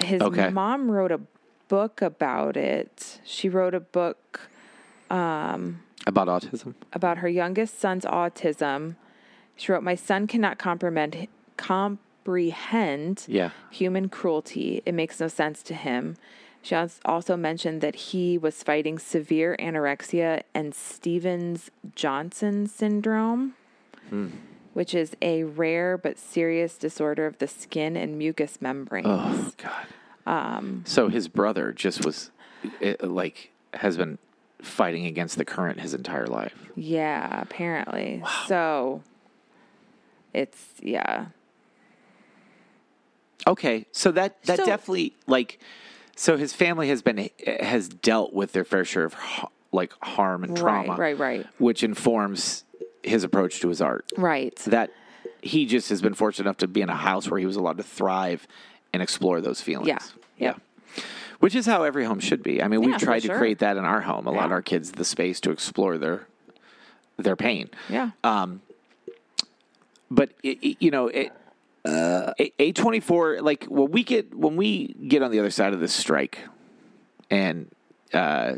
His Okay. mom wrote a book about it. She wrote a book About autism. about her youngest son's autism. She wrote, "My son cannot comprehend comprehend Yeah. human cruelty. It makes no sense to him. She als- also mentioned that he was fighting severe anorexia and Stevens Johnson syndrome, which is a rare but serious disorder of the skin and mucous membranes. Oh God. so his brother just was it, like has been fighting against the current his entire life. Yeah, apparently. So it's yeah. Okay, so that that So- definitely like so his family has been eh, has dealt with their fair share of ha- like harm and Right, trauma. right, right. Which informs his approach to his art. Right. That he just has been fortunate enough to be in a house where he was allowed to thrive and explore those feelings. Yeah, Yeah. yep. Which is how every home should be. I mean, Yeah, we've for tried to sure. create that in our home, allowed Yeah. our kids the space to explore their their pain yeah. but it, it- you know it a twenty four like when we get when we get on the other side of this strike, and uh,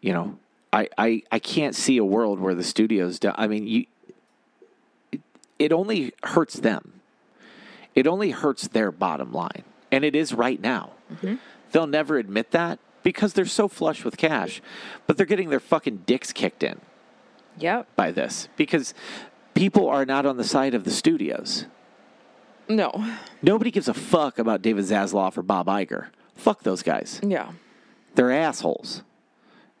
you know I, I I can't see a world where the studios. Do, I mean you, it, it only hurts them. It only hurts their bottom line, and it is right now. They'll never admit that because they're so flush with cash, but they're getting their fucking dicks kicked in yep. by this because people are not on the side of the studios. No. Nobody gives a fuck about David Zasloff or Bob Iger. Fuck those guys. Yeah. They're assholes.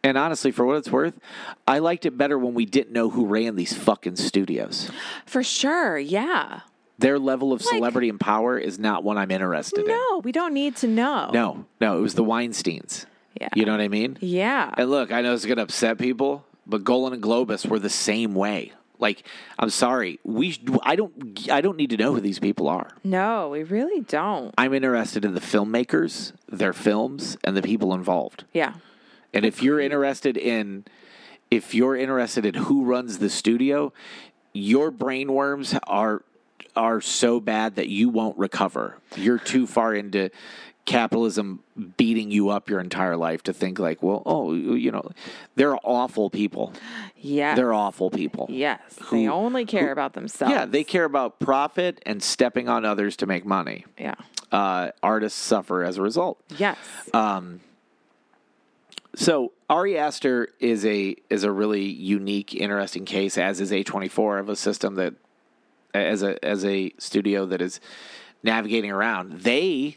And honestly, for what it's worth, I liked it better when we didn't know who ran these fucking studios. For sure. Yeah. Their level of celebrity and power is not one I'm interested in. No, we don't need to know. No, no, it was the Weinsteins. Yeah. You know what I mean? Yeah. And look, I know it's going to upset people, but Golan and Globus were the same way. Like, I'm sorry, we sh- I don't I don't need to know who these people are. No, we really don't. I'm interested in the filmmakers, their films, and the people involved. Yeah. And if you're interested in if you're interested in who runs the studio, your brain worms are are so bad that you won't recover. You're too far into capitalism beating you up your entire life to think like, well, oh, you know, they're awful people. Yes. They're awful people. Yes. they who- only care about themselves. Yeah, they care about profit and stepping on others to make money. Yeah. Uh, artists suffer as a result. Yes. Uh, So Ari Aster is a is a really unique, interesting case, as is A twenty four of a system that as a as a studio that is navigating around. They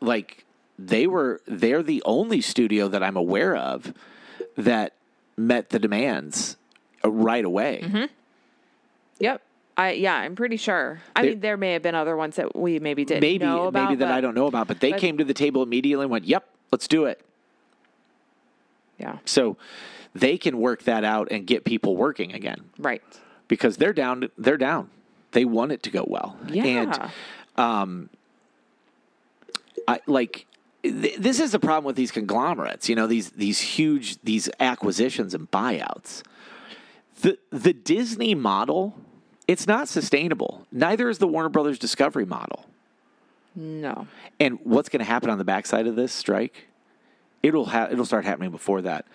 like they were they're the only studio that I'm aware of that met the demands uh, right away. yep. I yeah, I'm pretty sure. I They- mean, there may have been other ones that we maybe didn't Maybe know about. maybe that but- I don't know about, but they but- came to the table immediately and went, "Yep, let's do it." Yeah. So they can work that out and get people working again. Right. because they're down they're down they want it to go well Yeah. and um, i like th- this is the problem with these conglomerates you know these these huge these acquisitions and buyouts the the disney model it's not sustainable neither is the warner brothers discovery model no. and what's going to happen on the backside of this strike? It'll ha- it'll start happening before that.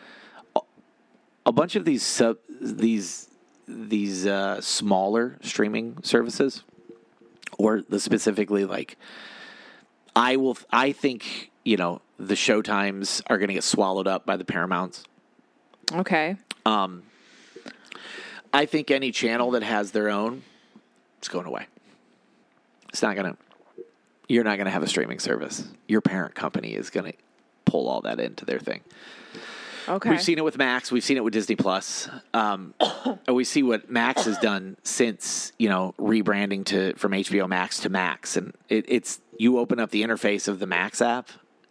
A- A bunch of these sub these these uh, smaller streaming services, or the specifically like, I will I think you know the Showtimes are going to get swallowed up by the Paramounts. Okay. I think any channel that has their own, it's going away. It's not gonna. You're not gonna have a streaming service. Your parent company is gonna pull all that into their thing. Okay. We've seen it with Max. We've seen it with Disney Plus. Um, and we see what Max has done since you know rebranding to from HBO Max to Max, and it, it's you open up the interface of the Max app,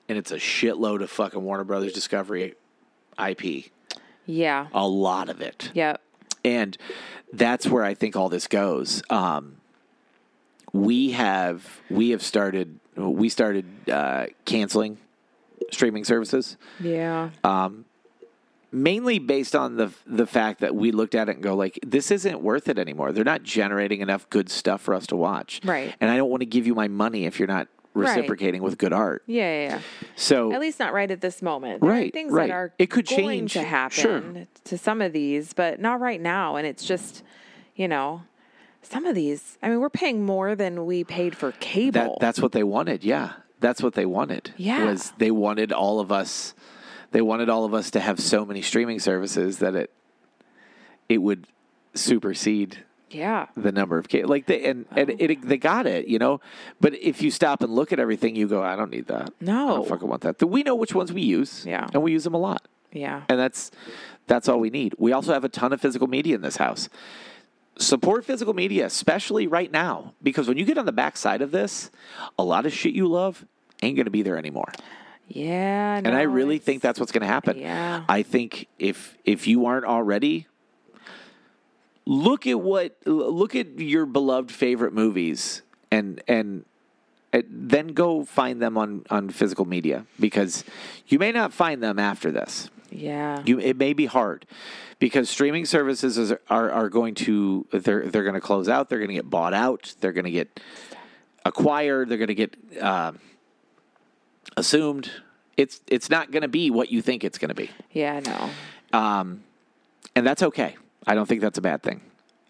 and it's a shitload of fucking Warner Brothers Discovery IP. yeah. A lot of it Yep. and that's where I think all this goes. Um, we have we have started we started uh, canceling streaming services Yeah. Uh, mainly based on the the fact that we looked at it and go like this isn't worth it anymore. They're not generating enough good stuff for us to watch, Right. And I don't want to give you my money if you're not Right. reciprocating with good art. yeah. Yeah. Yeah. So At least not right at this moment. There are Right, things right. that are It could going change. to happen Sure. to some of these, but not right now. And it's just, you know, some of these. I mean, we're paying more than we paid for cable. that that's what they wanted. Yeah. that's what they wanted. Yeah. was they wanted all of us. They wanted all of us to have so many streaming services that it it would supersede Yeah. the number of kids. Like they and Oh. and it, they got it, you know. But if you stop and look at everything, you go, I don't need that. I No. don't fucking want that. We know which ones we use. Yeah. and we use them a lot, Yeah. and that's that's all we need. We also have a ton of physical media in this house. Support physical media, especially right now, because when you get on the backside of this, a lot of shit you love ain't going to be there anymore. Yeah. And I no, really it's- think that's what's going to happen. Yeah. I think if if you aren't already, look at what l- look at your beloved favorite movies and and and then go find them on on physical media because you may not find them after this. Yeah. You it may be hard because streaming services is, are are going to they're they're going to close out. They're going to get bought out. They're going to get acquired. They're going to get uh, assumed. It's it's not going to be what you think it's going to be, yeah. No. and that's okay. I don't think that's a bad thing.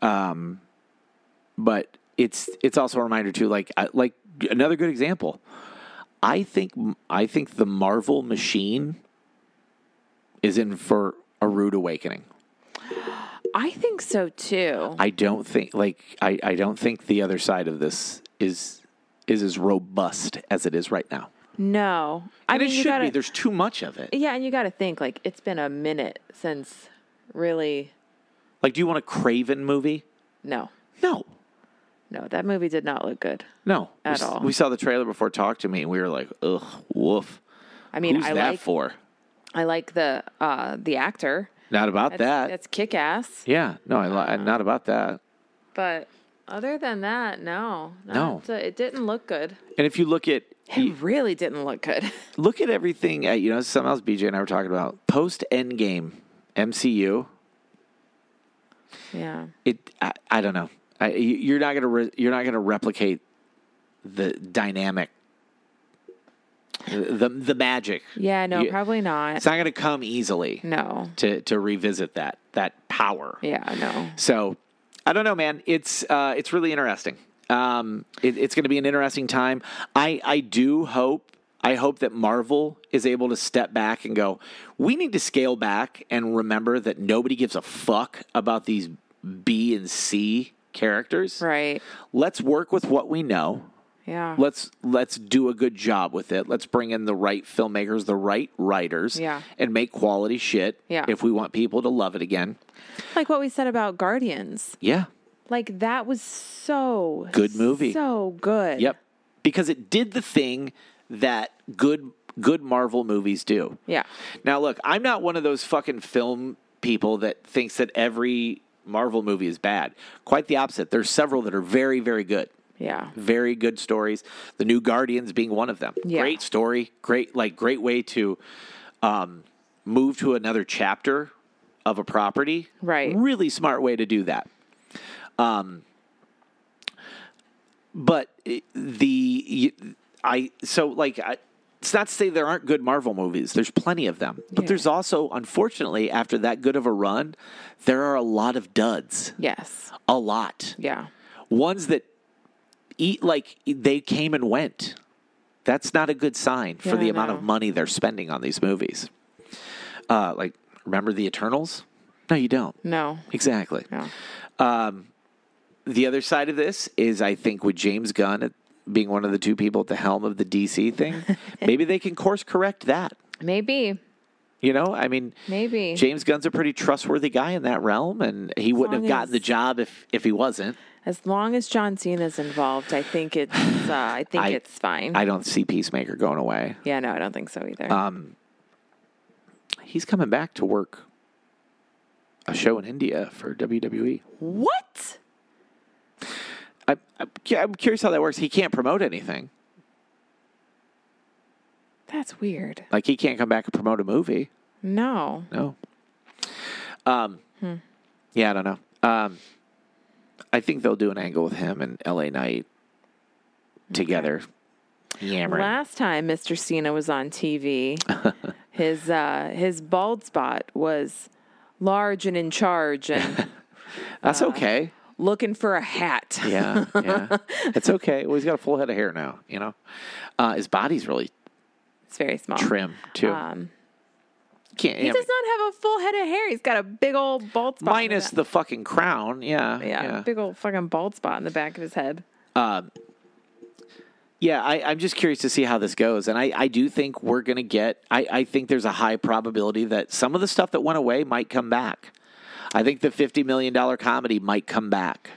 Um, but it's it's also a reminder too. Like I- like another good example. I think I think the Marvel machine is in for a rude awakening. I think so too. I don't think like I, I don't think the other side of this is is as robust as it is right now. No. I And mean, it you should gotta, be. There's too much of it. yeah. And you got to think like it's been a minute since really. Like, do you want a Craven movie? No. No, No. That movie did not look good. no. At we, s- all. we saw the trailer before Talk to Me, and we were like, ugh, woof. I mean, Who's I that like for? I like the uh the actor. Not about that. That's Uh. kick ass. yeah, no, I li- not about that. But other than that, no. No. Not- It didn't look good. And if you look at It really didn't look good. look at everything, uh, you know, something else BJ and I were talking about post Endgame MCU. yeah. it I, I don't know. I, you- you're not gonna re, you're not gonna replicate the dynamic, the the magic. Yeah, no, You- probably not. It's not gonna come easily No. to to revisit that that power. Yeah, no. So I don't know, man. It's uh, it's really interesting. Um, it, it's going to be an interesting time. I I do hope I hope that Marvel is able to step back and go. We need to scale back and remember that nobody gives a fuck about these B and C characters. Right. Let's work with what we know. Yeah. Let's let's do a good job with it. Let's bring in the right filmmakers, the right writers, Yeah. and make quality shit. Yeah. If we want people to love it again, like what we said about Guardians. yeah. Like that was so Good movie. So good. Yep. Because it did the thing that good good Marvel movies do. Yeah. Now look, I'm not one of those fucking film people that thinks that every Marvel movie is bad. Quite the opposite. There's several that are very very good. Yeah. Very good stories. The new Guardians being one of them. Yeah. Great story, great like great way to um move to another chapter of a property. Right. Really smart way to do that. Um, but it- the y- I so like I, it's not to say there aren't good Marvel movies. There's plenty of them, but Yeah. there's also unfortunately after that good of a run, there are a lot of duds. Yes. A lot Yeah. ones that eat like they came and went. That's not a good sign for Yeah, the I amount know. of money they're spending on these movies. Uh, like remember the Eternals? No, you don't. No. Exactly No. the other side of this is I think with James Gunn at- being one of the two people at the helm of the DC thing, maybe they can course correct that. Maybe. You know, I mean, Maybe. James Gunn's a pretty trustworthy guy in that realm, and he wouldn't long have gotten as- the job if if he wasn't. As long as John Cena's involved, I think it's uh, I think I- it's fine. I Uh, don't see Peacemaker going away. yeah, no, I don't think so either. He's coming back to work a show in India for WWE. what? I, I, I'm curious how that works. He can't promote anything. That's weird. Like he can't come back and promote a movie. No. No. Um, Hmm. Yeah, I don't know. Um, I think they'll do an angle with him and LA Knight together. Yeah, Last time Mr. Cena was on TV, his uh, his bald spot was large and in charge, and That's okay. looking for a hat. Yeah, yeah. It's okay. Well, he's got a full head of hair now. You know, uh, his body's really It's very small. trim too. Um, Can't he yeah, does not have a full head of hair. He's got a big old bald spot. in minus the, the fucking crown. Yeah, back. yeah, yeah. big old fucking bald spot in the back of his head. Yeah, I, I'm just curious to see how this goes, and I, I do think we're going to get. I, I think there's a high probability that some of the stuff that went away might come back. I think the fifty million dollar comedy might come back.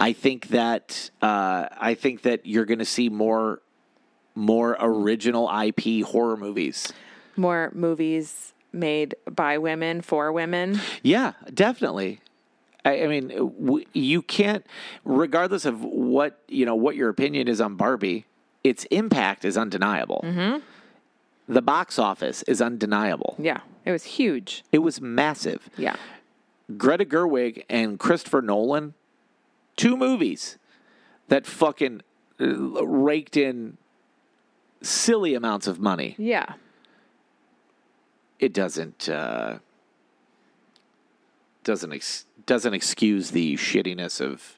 I think that uh, I think that you're going to see more more original IP horror movies. More movies made by women for women. Yeah, definitely. I, I mean, w- you can't, regardless of what you know, what your opinion is on Barbie, its impact is undeniable. The box office is undeniable. Yeah, it was huge. It was massive. Yeah, Greta Gerwig and Christopher Nolan, two movies that fucking uh, raked in silly amounts of money. yeah. it doesn't uh, doesn't ex- doesn't excuse the shittiness of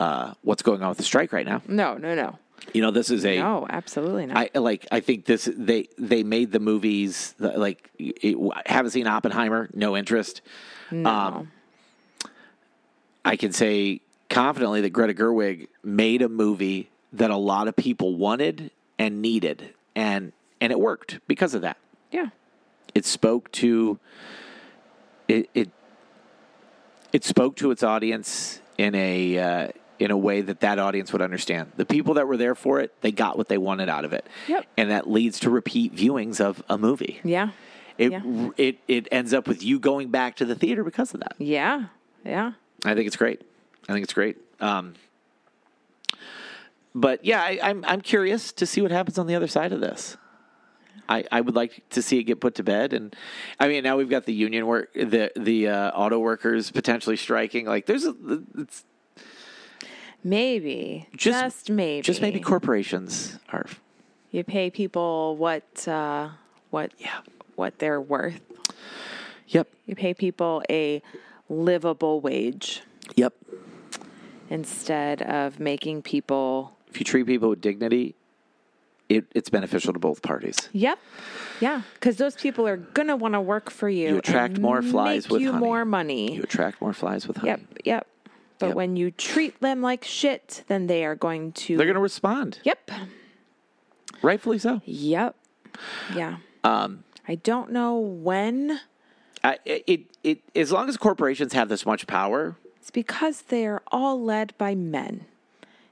uh, what's going on with the strike right now. No, no, no, You know, this is a I no. Absolutely not. like I think this they they made the movies the- like it, I haven't seen Oppenheimer, no interest. Um, no. I can say confidently that Greta Gerwig made a movie that a lot of people wanted and needed, and and it worked because of that. yeah. it spoke to it it, it spoke to its audience in a uh, in a way that that audience would understand. The people that were there for it, they got what they wanted out of it, Yep. and that leads to repeat viewings of a movie. Yeah. It Yeah. it it ends up with you going back to the theater because of that. Yeah. Yeah. I think it's great. I think it's great. Um, but yeah, I, I'm I'm curious to see what happens on the other side of this. I, I would like to see it get put to bed, and I mean now we've got the union work, the the uh, auto workers potentially striking. Like there's a, it's Maybe. Just- Just, maybe. just maybe corporations are you pay people what uh, what yeah what they're worth. yep You pay people a livable wage yep. instead of making people. If you treat people with dignity, it, it's beneficial to both parties. Yep. Yeah, because those people are gonna want to work for you. You attract and more flies make with you honey. more money. You attract more flies with honey. yep. Yep. But Yep. when you treat them like shit, then they are going to. They're going to respond, Yep. rightfully so. Yep. Yeah. Um. I don't know when. I, it it as long as corporations have this much power, It's because they are all led by men,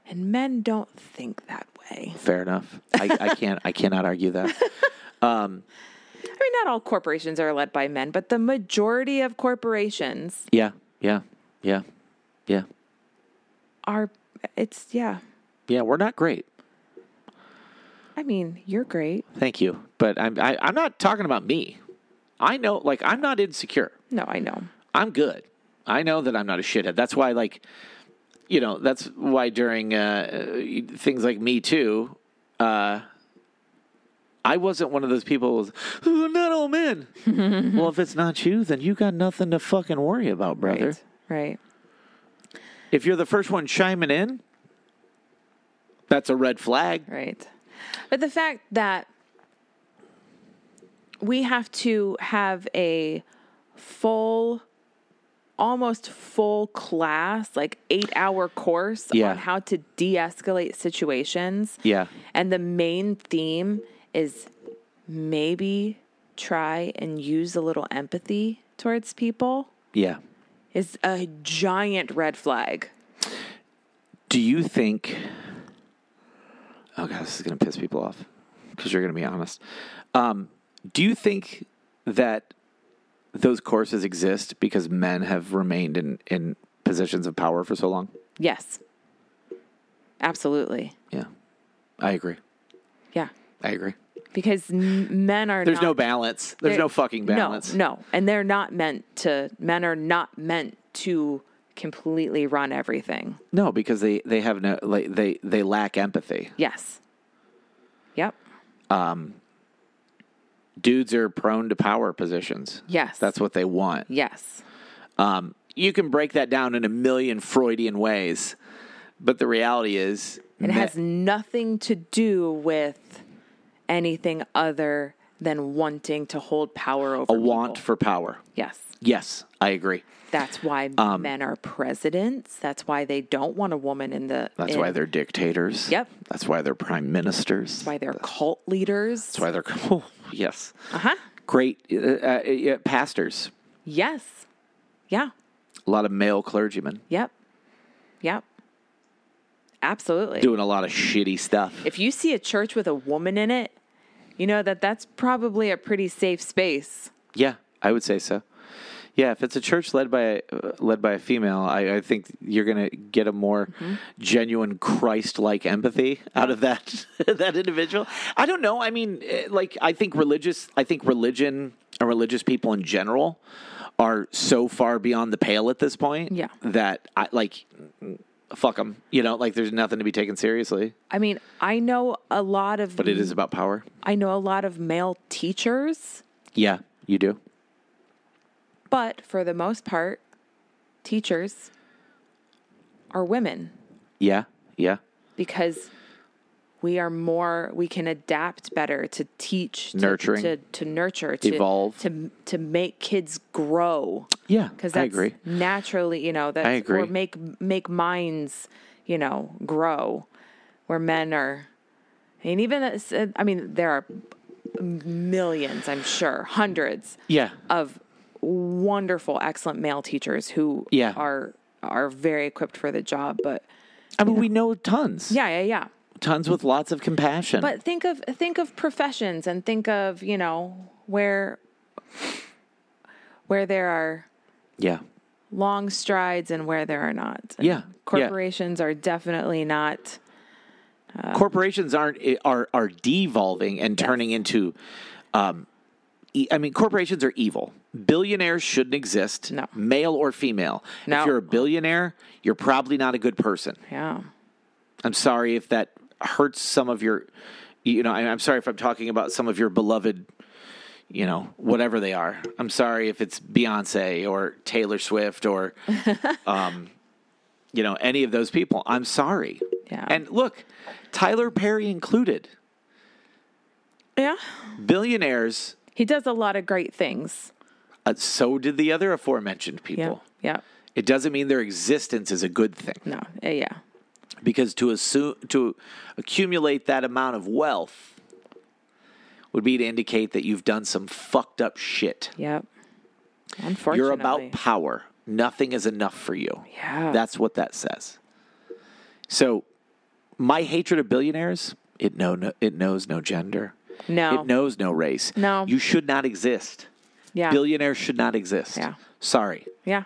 and men don't think that way. fair enough. I, I can't I cannot argue that. I mean, not all corporations are led by men, but the majority of corporations Yeah, yeah, yeah, yeah, are. It's yeah. yeah. We're not great. I mean, you're great. Thank you, but I'm I, I'm not talking about me. I know, like I'm not insecure. No, I know. I'm good. I know that I'm not a shithead. That's why, like, you know, that's why during uh, uh, things like Me Too, uh, I wasn't one of those people who was, "Ooh, not all men. well, if it's not you, then you got nothing to fucking worry about, brother. Right. Right. If you're the first one chiming in, that's a red flag. Right. But the fact that we have to have a full, almost full class, like eight hour course Yeah. on how to de escalate situations. Yeah. And the main theme is maybe try and use a little empathy towards people Yeah. is a giant red flag. Do you think? Oh god, this is gonna piss people off because you're gonna be honest. Um, do you think that those courses exist because men have remained in in positions of power for so long? Yes. Absolutely. Yeah, I agree. Yeah. I agree. because n- men are There's not, no balance. There's they're- no fucking balance. No, no, and they're not meant to. Men are not meant to completely run everything. no, because they they have no like they they lack empathy. Yes. Yep. Dudes are prone to power positions. Yes. that's what they want. Yes. you can break that down in a million Freudian ways, but the reality is It has nothing to do with anything other than wanting to hold power over a want for power. Yes. Yes, I agree. That's why Um, men are presidents. That's why they don't want a woman in the That's in- why they're dictators. Yep. That's why they're prime ministers. why they're cult leaders. That's why they're oh, yes, Uh-huh. great uh, uh, yeah, pastors. Yes. Yeah. A lot of male clergymen Yep. Yep. Absolutely. doing a lot of shitty stuff. if you see a church with a woman in it, you know that that's probably a pretty safe space. Yeah, I would say so. Yeah, if it's a church led by uh, led by a female, I, I think you're going to get a more Mm-hmm. genuine Christ-like empathy out of that that individual. I don't know. I mean, eh, like I think religious, I think religion and religious people in general are so far beyond the pale at this point. Yeah. that I like fuck them. You know, like there's nothing to be taken seriously. I mean, I know a lot of But it is about power. I know a lot of male teachers, Yeah, you do. but for the most part, teachers are women Yeah, yeah. because we are more we can adapt better to teach to, Nurturing. to, to nurture to Evolve. to to make kids grow Yeah, because I that's agree. naturally you know that I agree. or make make minds you know grow where men are and even as- i mean there are millions i'm sure hundreds Yeah. of wonderful excellent male teachers who Yeah. are are very equipped for the job but I mean, we know tons. yeah yeah yeah tons with lots of compassion. but think of think of professions and think of you know where where there are yeah, long strides and where there are not. And Yeah, yeah. Corporations are definitely not. uh, corporations aren't eh, are are devolving and turning into. Um, e- I mean, corporations are evil. Billionaires shouldn't exist, No. male or female. No. If you're a billionaire, you're probably not a good person. Yeah. I'm sorry if that hurts some of your, you know, I- I'm sorry if I'm talking about some of your beloved, you know, whatever they are. I'm sorry if it's Beyonce or Taylor Swift or, um, you know, any of those people. I'm sorry. Yeah. And look, Tyler Perry included, Yeah. billionaires. He does a lot of great things. Uh, so did the other aforementioned Yeah. people. Yeah. It doesn't mean their existence is a good thing. No. Uh, Yeah. because to assume to accumulate that amount of wealth would be to indicate that you've done some fucked up shit. Yep. Unfortunately. You're about power. Nothing is enough for you. Yeah. That's what that says. So my hatred of billionaires, it know no, it knows no gender. No. It knows no race. No. You should not exist. yeah. Billionaires should not exist. Yeah. Sorry. yeah.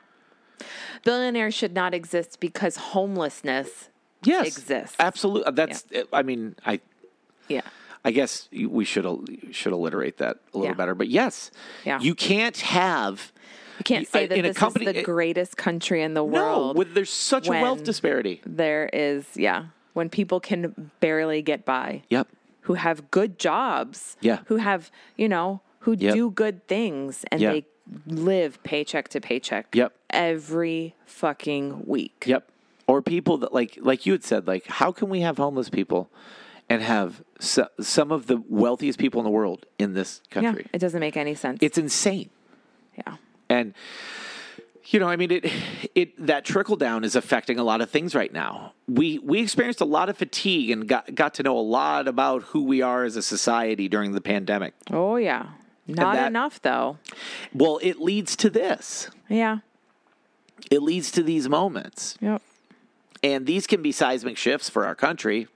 Billionaires should not exist because homelessness. Yes. Exists. Absolutely. That's I mean, I Yeah. I guess we should al- should alliterate that a little Yeah. better. But yes, Yeah. you can't have You can't I- say that in a this company- is the it- greatest country in the no. world. With, there's such a wealth when- disparity. there is, yeah, when people can barely get by. Yep. who have good jobs, Yeah. who have, you know, who Yep. do good things and Yeah. they live paycheck to paycheck Yep. every fucking week. Yep. Or people that like like you had said like how can we have homeless people and have so, some of the wealthiest people in the world in this Yeah. country? It doesn't make any sense. It's insane. yeah. and you know i mean it it that trickle down is affecting a lot of things right now we we experienced a lot of fatigue and got got to know a lot about who we are as a society during the pandemic Oh, yeah. Not that- enough, though. well it leads to this Yeah. it leads to these moments Yep. and these can be seismic shifts for our country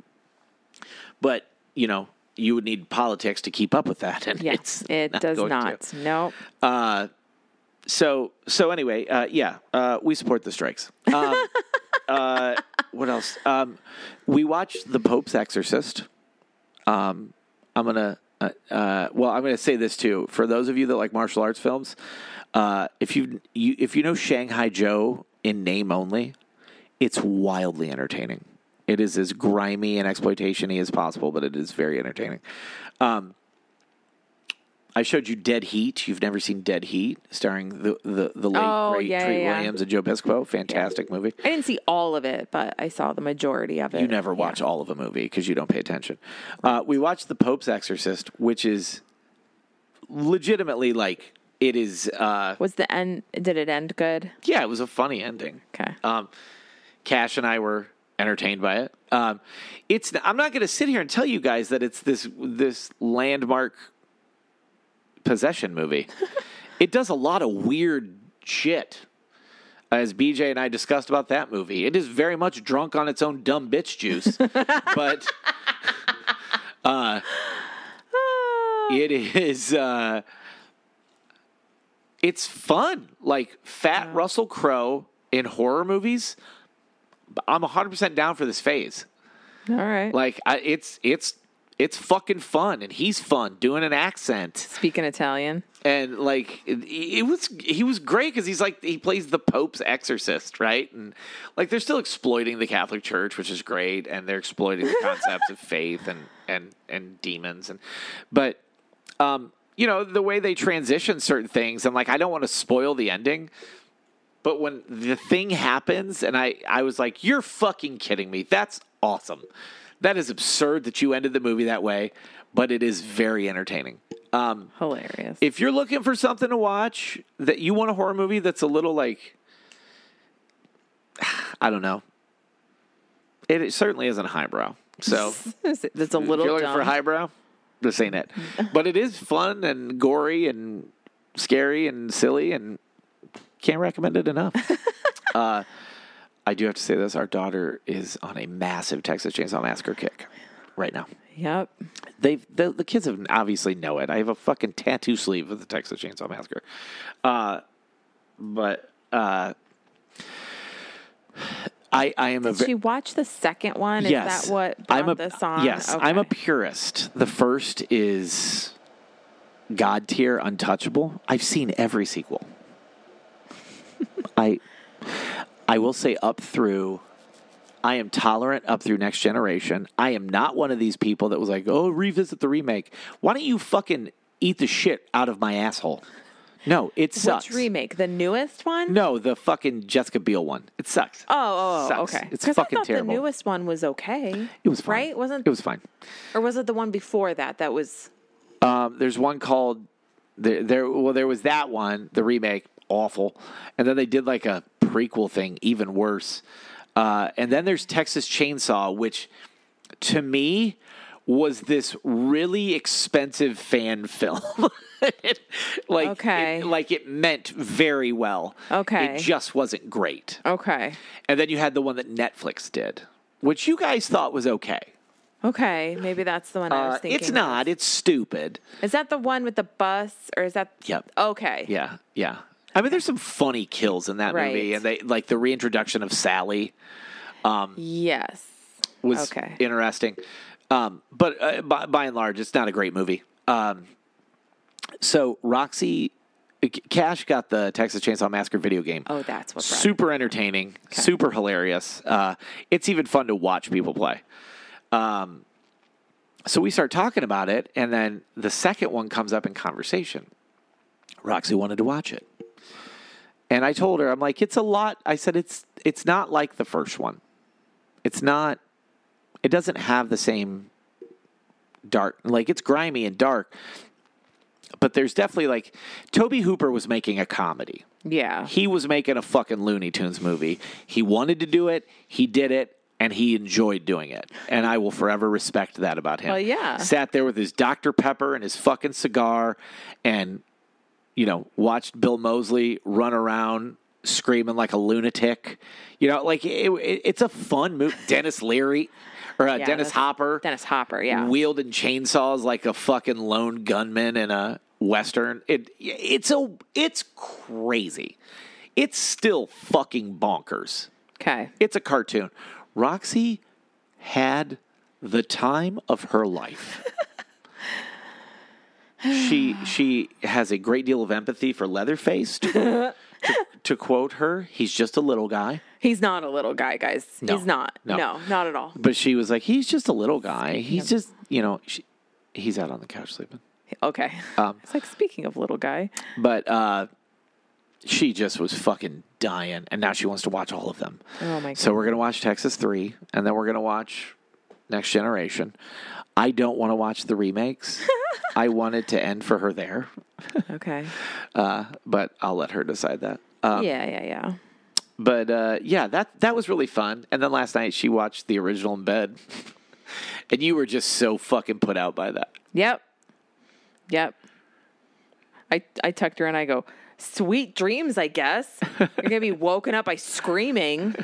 but you know you would need politics to keep up with that and Yes. it's it does going to. not. Nope. so so anyway uh, yeah uh, we support the strikes um, uh, what else um, we watched the pope's exorcist um, i'm gonna uh, uh, well i'm gonna say this too for those of you that like martial arts films uh, if you, you if you know shanghai joe in name only it's wildly entertaining it is as grimy and exploitation y as possible but it is very entertaining um, I showed you Dead Heat. You've never seen Dead Heat, starring the the, the late Oh, great yeah, Treat yeah, yeah. Williams and Joe Piscopo. Fantastic movie. I didn't see all of it, but I saw the majority of it. You never watch all of a movie because you don't pay attention. Uh, we watched The Pope's Exorcist, which is legitimately like it is. Uh, Was the end? Did it end good? yeah, it was a funny ending. Okay. Um, Cash and I were entertained by it. Um, it's. I'm not going to sit here and tell you guys that it's this this landmark possession movie. it does a lot of weird shit. As BJ and I discussed about that movie, it is very much drunk on its own dumb bitch juice, but uh, it is uh it's fun like fat russell crowe in horror movies i'm 100% down for this phase all right. like I, it's it's it's fucking fun and he's fun doing an accent Speaking Italian. and like it, it was he was great because he's like he plays the pope's exorcist right and like they're still exploiting the catholic church which is great and they're exploiting the concepts of faith and and and demons and but um you know the way they transition certain things and like i don't want to spoil the ending but when the thing happens and i i was like you're fucking kidding me that's awesome that is absurd that you ended the movie that way but it is very entertaining um Hilarious. if you're looking for something to watch that you want a horror movie that's a little like I don't know. It, it certainly isn't highbrow. So That's a if you're little looking dumb. for highbrow, this ain't it. but it is fun and gory and scary and silly and can't recommend it enough. uh, I do have to say this: our daughter is on a massive Texas Chainsaw Massacre kick right now. yep. They've the, the kids have obviously know it. I have a fucking tattoo sleeve of the Texas Chainsaw Massacre, uh, but uh, I I am a Did you watch the second one? Is yes. that what brought this on? Yes, Okay. I'm a purist. The first is God tier, untouchable. I've seen every sequel. I I will say up through. I am tolerant up through next generation. I am not one of these people that was like, "Oh, revisit the remake." Why don't you fucking eat the shit out of my asshole? No, it sucks. Which remake? The newest one? No, the fucking Jessica Biel one. It sucks. Oh, oh, oh Sucks. okay. It's 'Cause fucking I thought terrible. The newest one was okay. it was fine. right. Wasn't it was fine. or was it the one before that? That was Um, there's one called there, there. Well, there was that one, the remake, awful, and then they did like a prequel thing, even worse. Uh, and then there's Texas Chainsaw, which to me was this really expensive fan film. It- like, Okay. it, like it meant very well. Okay. it just wasn't great. okay. And then you had the one that Netflix did, which you guys thought was okay. Okay, maybe that's the one I was Uh, thinking. it's not. It's stupid. Is that the one with the bus, or is that? Yep. Okay. Yeah, yeah. I mean, there's some funny kills in that movie, Right. and they like the reintroduction of Sally Yes. was Okay. interesting. Um, but uh, by, by and large, it's not a great movie. Um, so Roxy C- Cash got the Texas Chainsaw Massacre video game. Oh, that's what. Brought it. super entertaining, super hilarious. Uh, it's even fun to watch people play. Um, so we start talking about it, and then the second one comes up in conversation. Roxy wanted to watch it, and I told her, "I'm like, it's a lot." I said, "It's it's not like the first one. It's not. It doesn't have the same dark. Like it's grimy and dark." But there's definitely like Toby Hooper was making a comedy. Yeah. He was making a fucking Looney Tunes movie. He wanted to do it, he did it, and he enjoyed doing it. And I will forever respect that about him. Well, yeah. Sat there with his Dr. Pepper and his fucking cigar and, you know, watched Bill Mosley run around screaming like a lunatic. You know, like it, it, it's a fun movie. Dennis Leary or uh, Yeah, Dennis that's- Hopper Dennis Hopper. Yeah. wielding chainsaws like a fucking lone gunman in a western. It it's a it's crazy. It's still fucking bonkers. okay. It's a cartoon. Roxy had the time of her life. she she has a great deal of empathy for Leatherface. To, to, to quote her, he's just a little guy. He's not a little guy, guys. No. He's not. No. No. not at all. But she was like, he's just a little guy. He's just, you know, she, he's out on the couch sleeping. Okay. Um, it's like speaking of little guy. But uh, she just was fucking dying, and now she wants to watch all of them. Oh my So we're gonna watch Texas Three, and then we're gonna watch Next Generation. I don't want to watch the remakes. I wanted to end for her there, Okay. uh, but I'll let her decide that. Uh, yeah, yeah, yeah. but uh, yeah, that that was really fun. And then last night she watched the original in bed, and you were just so fucking put out by that. Yep. Yep. I I tucked her and I go, sweet dreams, I guess. You're gonna be woken up by screaming.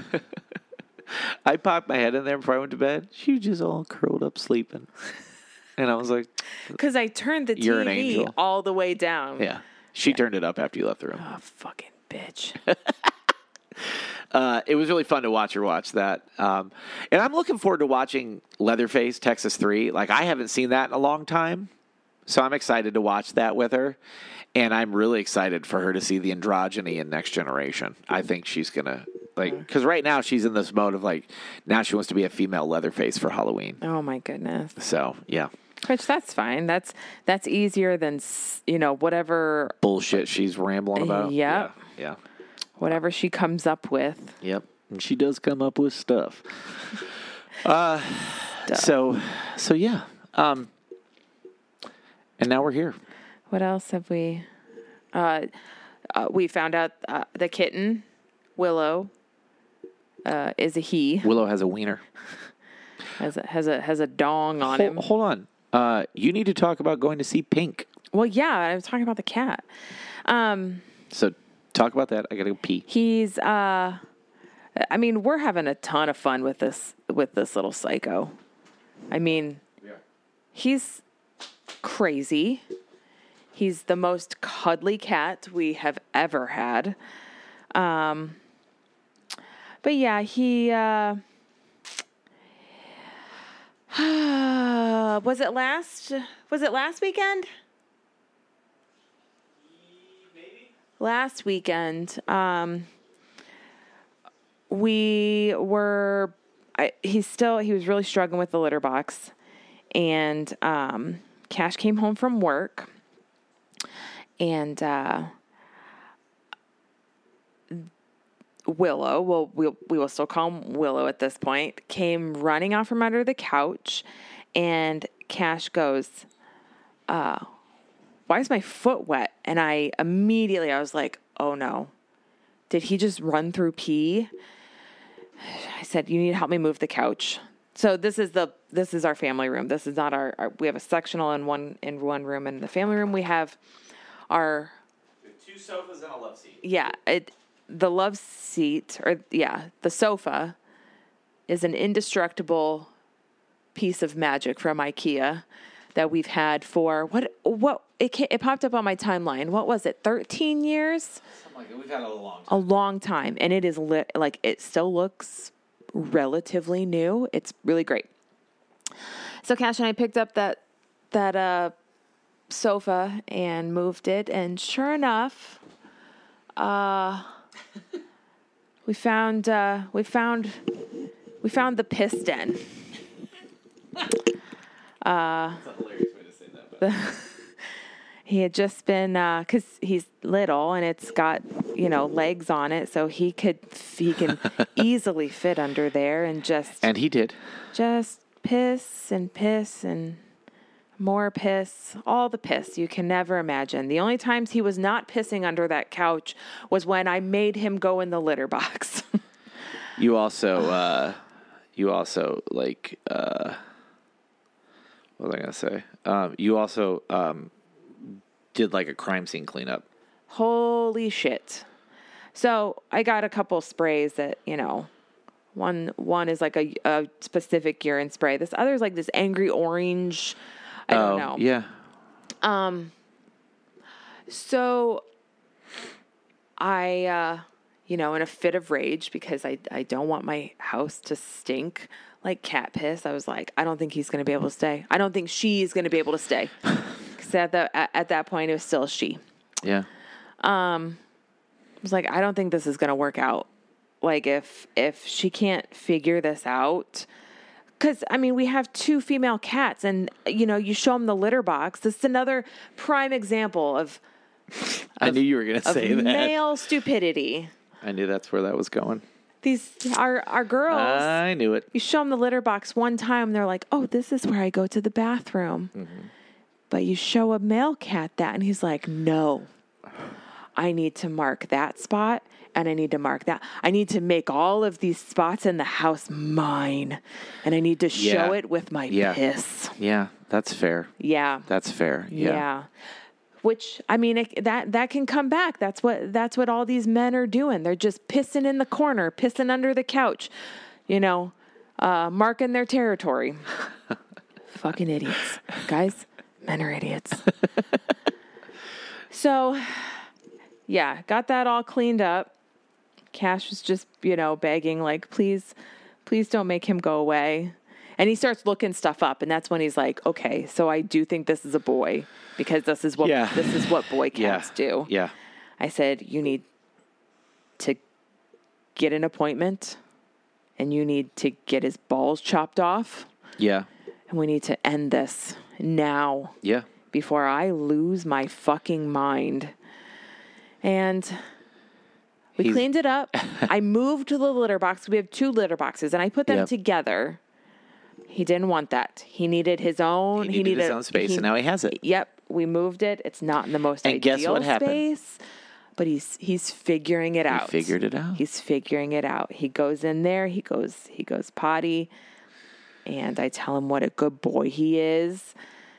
I popped my head in there before I went to bed. She was just all curled up sleeping, and I was like, Because I turned the You're an TV angel. all the way down. "Yeah." She turned it up after you left the room. Oh, fucking bitch. Uh, it was really fun to watch her watch that. Um, and I'm looking forward to watching Leatherface Texas 3. Like, I haven't seen that in a long time. So I'm excited to watch that with her. And I'm really excited for her to see the androgyny in Next Generation. I think she's going to, like, because right now she's in this mode of, like, now she wants to be a female Leatherface for Halloween. oh my goodness. So, yeah. Which that's fine. That's that's easier than s- you know whatever Bullshit she's rambling about. Yep. Yeah. yeah. whatever she comes up with. Yep. And she does come up with stuff. Uh, so, so yeah. Um, and now we're here. What else have we? Uh, uh, we found out uh, the kitten Willow uh, is a he Willow has a wiener. has a, has a has a dong on Hold, him. hold on. Uh, you need to talk about going to see Pink. Well, yeah, I was talking about the cat. Um, So talk about that. I gotta go pee. he's uh, I mean, we're having a ton of fun with this with this little psycho. I mean, he's crazy. He's the most cuddly cat we have ever had. Um, but yeah, he uh, was it last was it last weekend? Last weekend, um, we were. I, he's still. He was really struggling with the litter box, and um, Cash came home from work, and uh, Willow. Well, we we will still call him Willow at this point. Came running off from under the couch, and Cash goes, uh, "Why is my foot wet?" And I immediately I was like, "Oh no." Did he just run through pee? I said, "You need to help me move the couch." So this is the this is our family room. This is not our, our we have a sectional in one in one room and in the family room we have our Two sofas and a love seat. yeah, it the love seat or yeah, the sofa is an indestructible piece of magic from IKEA that we've had for what what it ca it popped up on my timeline. What was it? 13 years? we've had a long a long time and it is lit like it still looks relatively new it's really great so cash and i picked up that that uh sofa and moved it and sure enough uh we found uh we found we found the piss den That's a hilarious way to say that. But He had just been because he's little and it's got you know legs on it, so he could he can easily fit under there and just and he did. just piss and piss and more piss, all the piss you can never imagine. The only times he was not pissing under that couch was when I made him go in the litter box. You also, uh, you also like, uh, what was I gonna say? Um, you also um, did like a crime scene cleanup. Holy shit. So I got a couple sprays that, you know, one one is like a, a specific urine spray. This other is like this angry orange. I don't know. yeah. So I uh you know, in a fit of rage because I I don't want my house to stink like cat piss. I was like, I don't think he's going to be able to stay. I don't think she's going to be able to stay. Cuz at the at, at that point it was still she. Yeah. I was like, I don't think this is gonna work out. Like if if she can't figure this out, because I mean, we have two female cats, and you know, you show them the litter box. This is another prime example of, I knew you were going to of say that. male stupidity. I knew that's where that was going. These our our girls. I knew it. you show them the litter box one time, they're like, "Oh, this is where I go to the bathroom." Mm-hmm. But you show a male cat that, and he's like, "No, I need to mark that spot, and I need to mark that. I need to make all of these spots in the house mine, and I need to Yeah. show it with my Yeah. piss." Yeah, that's fair. Yeah. That's fair. Yeah. Yeah. Which I mean, it, that that can come back. That's what that's what all these men are doing. They're just pissing in the corner, pissing under the couch, you know, uh, marking their territory. Fucking idiots, guys. Men are idiots. so, yeah, got that all cleaned up. Cash was just, you know, begging, like, please, please don't make him go away. And he starts looking stuff up, and that's when he's like, okay, so I do think this is a boy because this is what Yeah. this is what boy Yeah. cats do. Yeah. I said, you need to get an appointment, and you need to get his balls chopped off, Yeah. and we need to end this now Yeah. before I lose my fucking mind. And we He's- cleaned it up. I moved to the litter box. We have two litter boxes and I put them Yep. together. He didn't want that. He needed his own. He needed his own space, and now he has it. Yep, we moved it. It's not in the most And ideal guess what happened? space, but he's he's figuring it out. figured it out. He's figuring it out. He goes in there. He goes he goes potty, and I tell him what a good boy he is.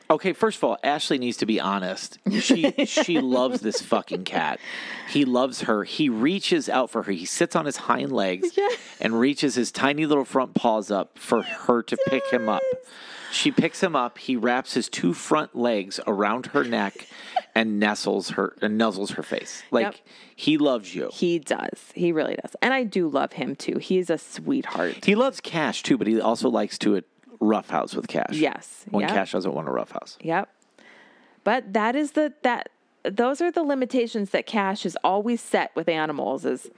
Okay, first of all, Ashley needs to be honest. She she loves this fucking cat. He loves her. He reaches out for her. He sits on his hind legs and reaches his tiny little front paws up for her to pick him up. She picks him up. He wraps his two front legs around her neck and nestles her and nuzzles her face. Like Yep. he loves you. He does. He really does. And I do love him too. He's a sweetheart. He loves Cash too, but he also likes to roughhouse with Cash. Yes. When Yep. Cash doesn't want to roughhouse. Yep. But that is the that those are the limitations that Cash is always set with animals is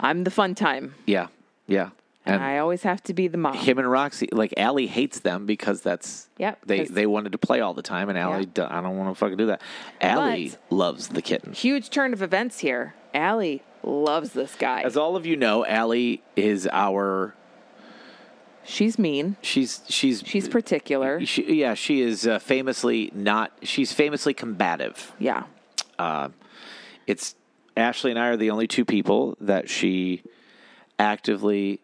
I'm the fun time. Yeah. Yeah. And I always have to be the mom. him and Roxy, like Allie hates them because that's Yep, They 'cause- they wanted to play all the time, and Allie, Yeah. do- I don't want to fucking do that. Allie loves the kitten. Huge turn of events here. Allie loves this guy. As all of you know, Allie is our. She's mean. She's she's She's particular. she, yeah she is uh, famously not she's famously combative. Yeah. It's Ashley and I are the only two people that she actively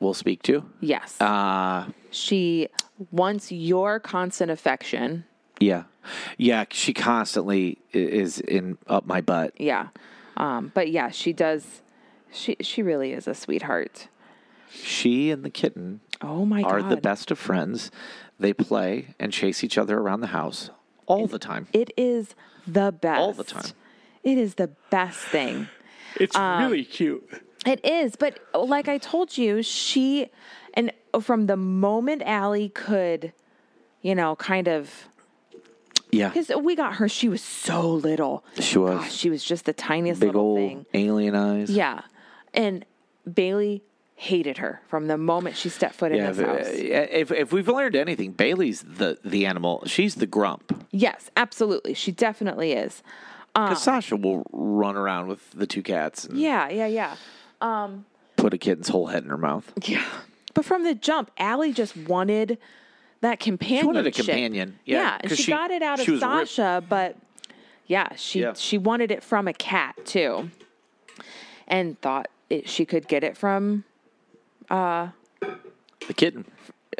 will speak to. Yes. Uh she wants your constant affection. yeah, yeah. She constantly i- is in up my butt. Yeah. Um, but yeah, she does she she really is a sweetheart. She and the kitten Oh my are god. the best of friends. They play and chase each other around the house all the time. It is the best. All the time. It is the best thing. It's really cute. It is, but oh, like I told you, she and from the moment Allie could, you know, kind of Yeah. because we got her, she was so little. She was. Gosh, she was just the tiniest Big little old thing. alien eyes. Yeah. And Bailey hated her from the moment she stepped foot in Yeah, uh, his if, eh, house. if if we've learned anything, Bailey's the the animal. She's the grump. yes, absolutely. She definitely is. Because Sasha will run around with the two cats and Uh. Yeah, yeah, yeah. put a kitten's whole head in her mouth. Yeah. But from the jump, Allie just wanted that companion. She wanted a companion. Yeah, and 'cause she, she- got it out she of was ripped. Sasha, but yeah, she Yeah. she wanted it from a cat too. And thought it, she could get it from The kitten.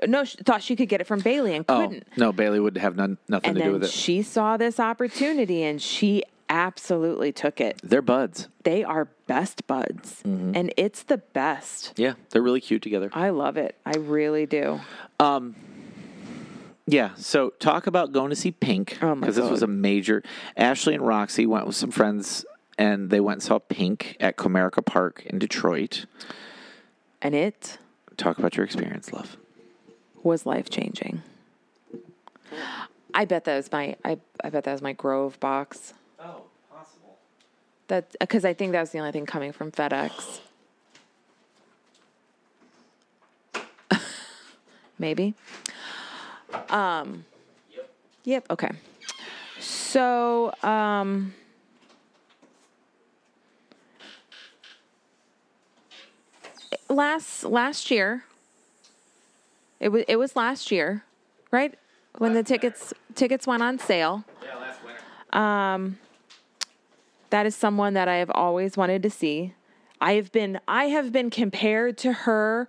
no, she thought she could get it from Bailey and Oh couldn't. no, Bailey would have none, nothing and to do then with it. she saw this opportunity and she absolutely took it. they're buds. They are best buds, Mm-hmm. and it's the best. Yeah, they're really cute together. I love it. I really do. Yeah. So talk about going to see Pink Oh my because this was a God. major. Ashley and Roxy went with some friends and they went and saw Pink at Comerica Park in Detroit. And it Talk about your experience, love. was life changing. I bet that was my I, I bet that was my Grove box. Oh, possible. That because I think that was the only thing coming from FedEx. maybe. Um, yep. Okay. So, um, last last year, it was it was last year, right? When the tickets tickets went on sale. Um, Yeah, last winter. That is someone that I have always wanted to see. I have been I have been compared to her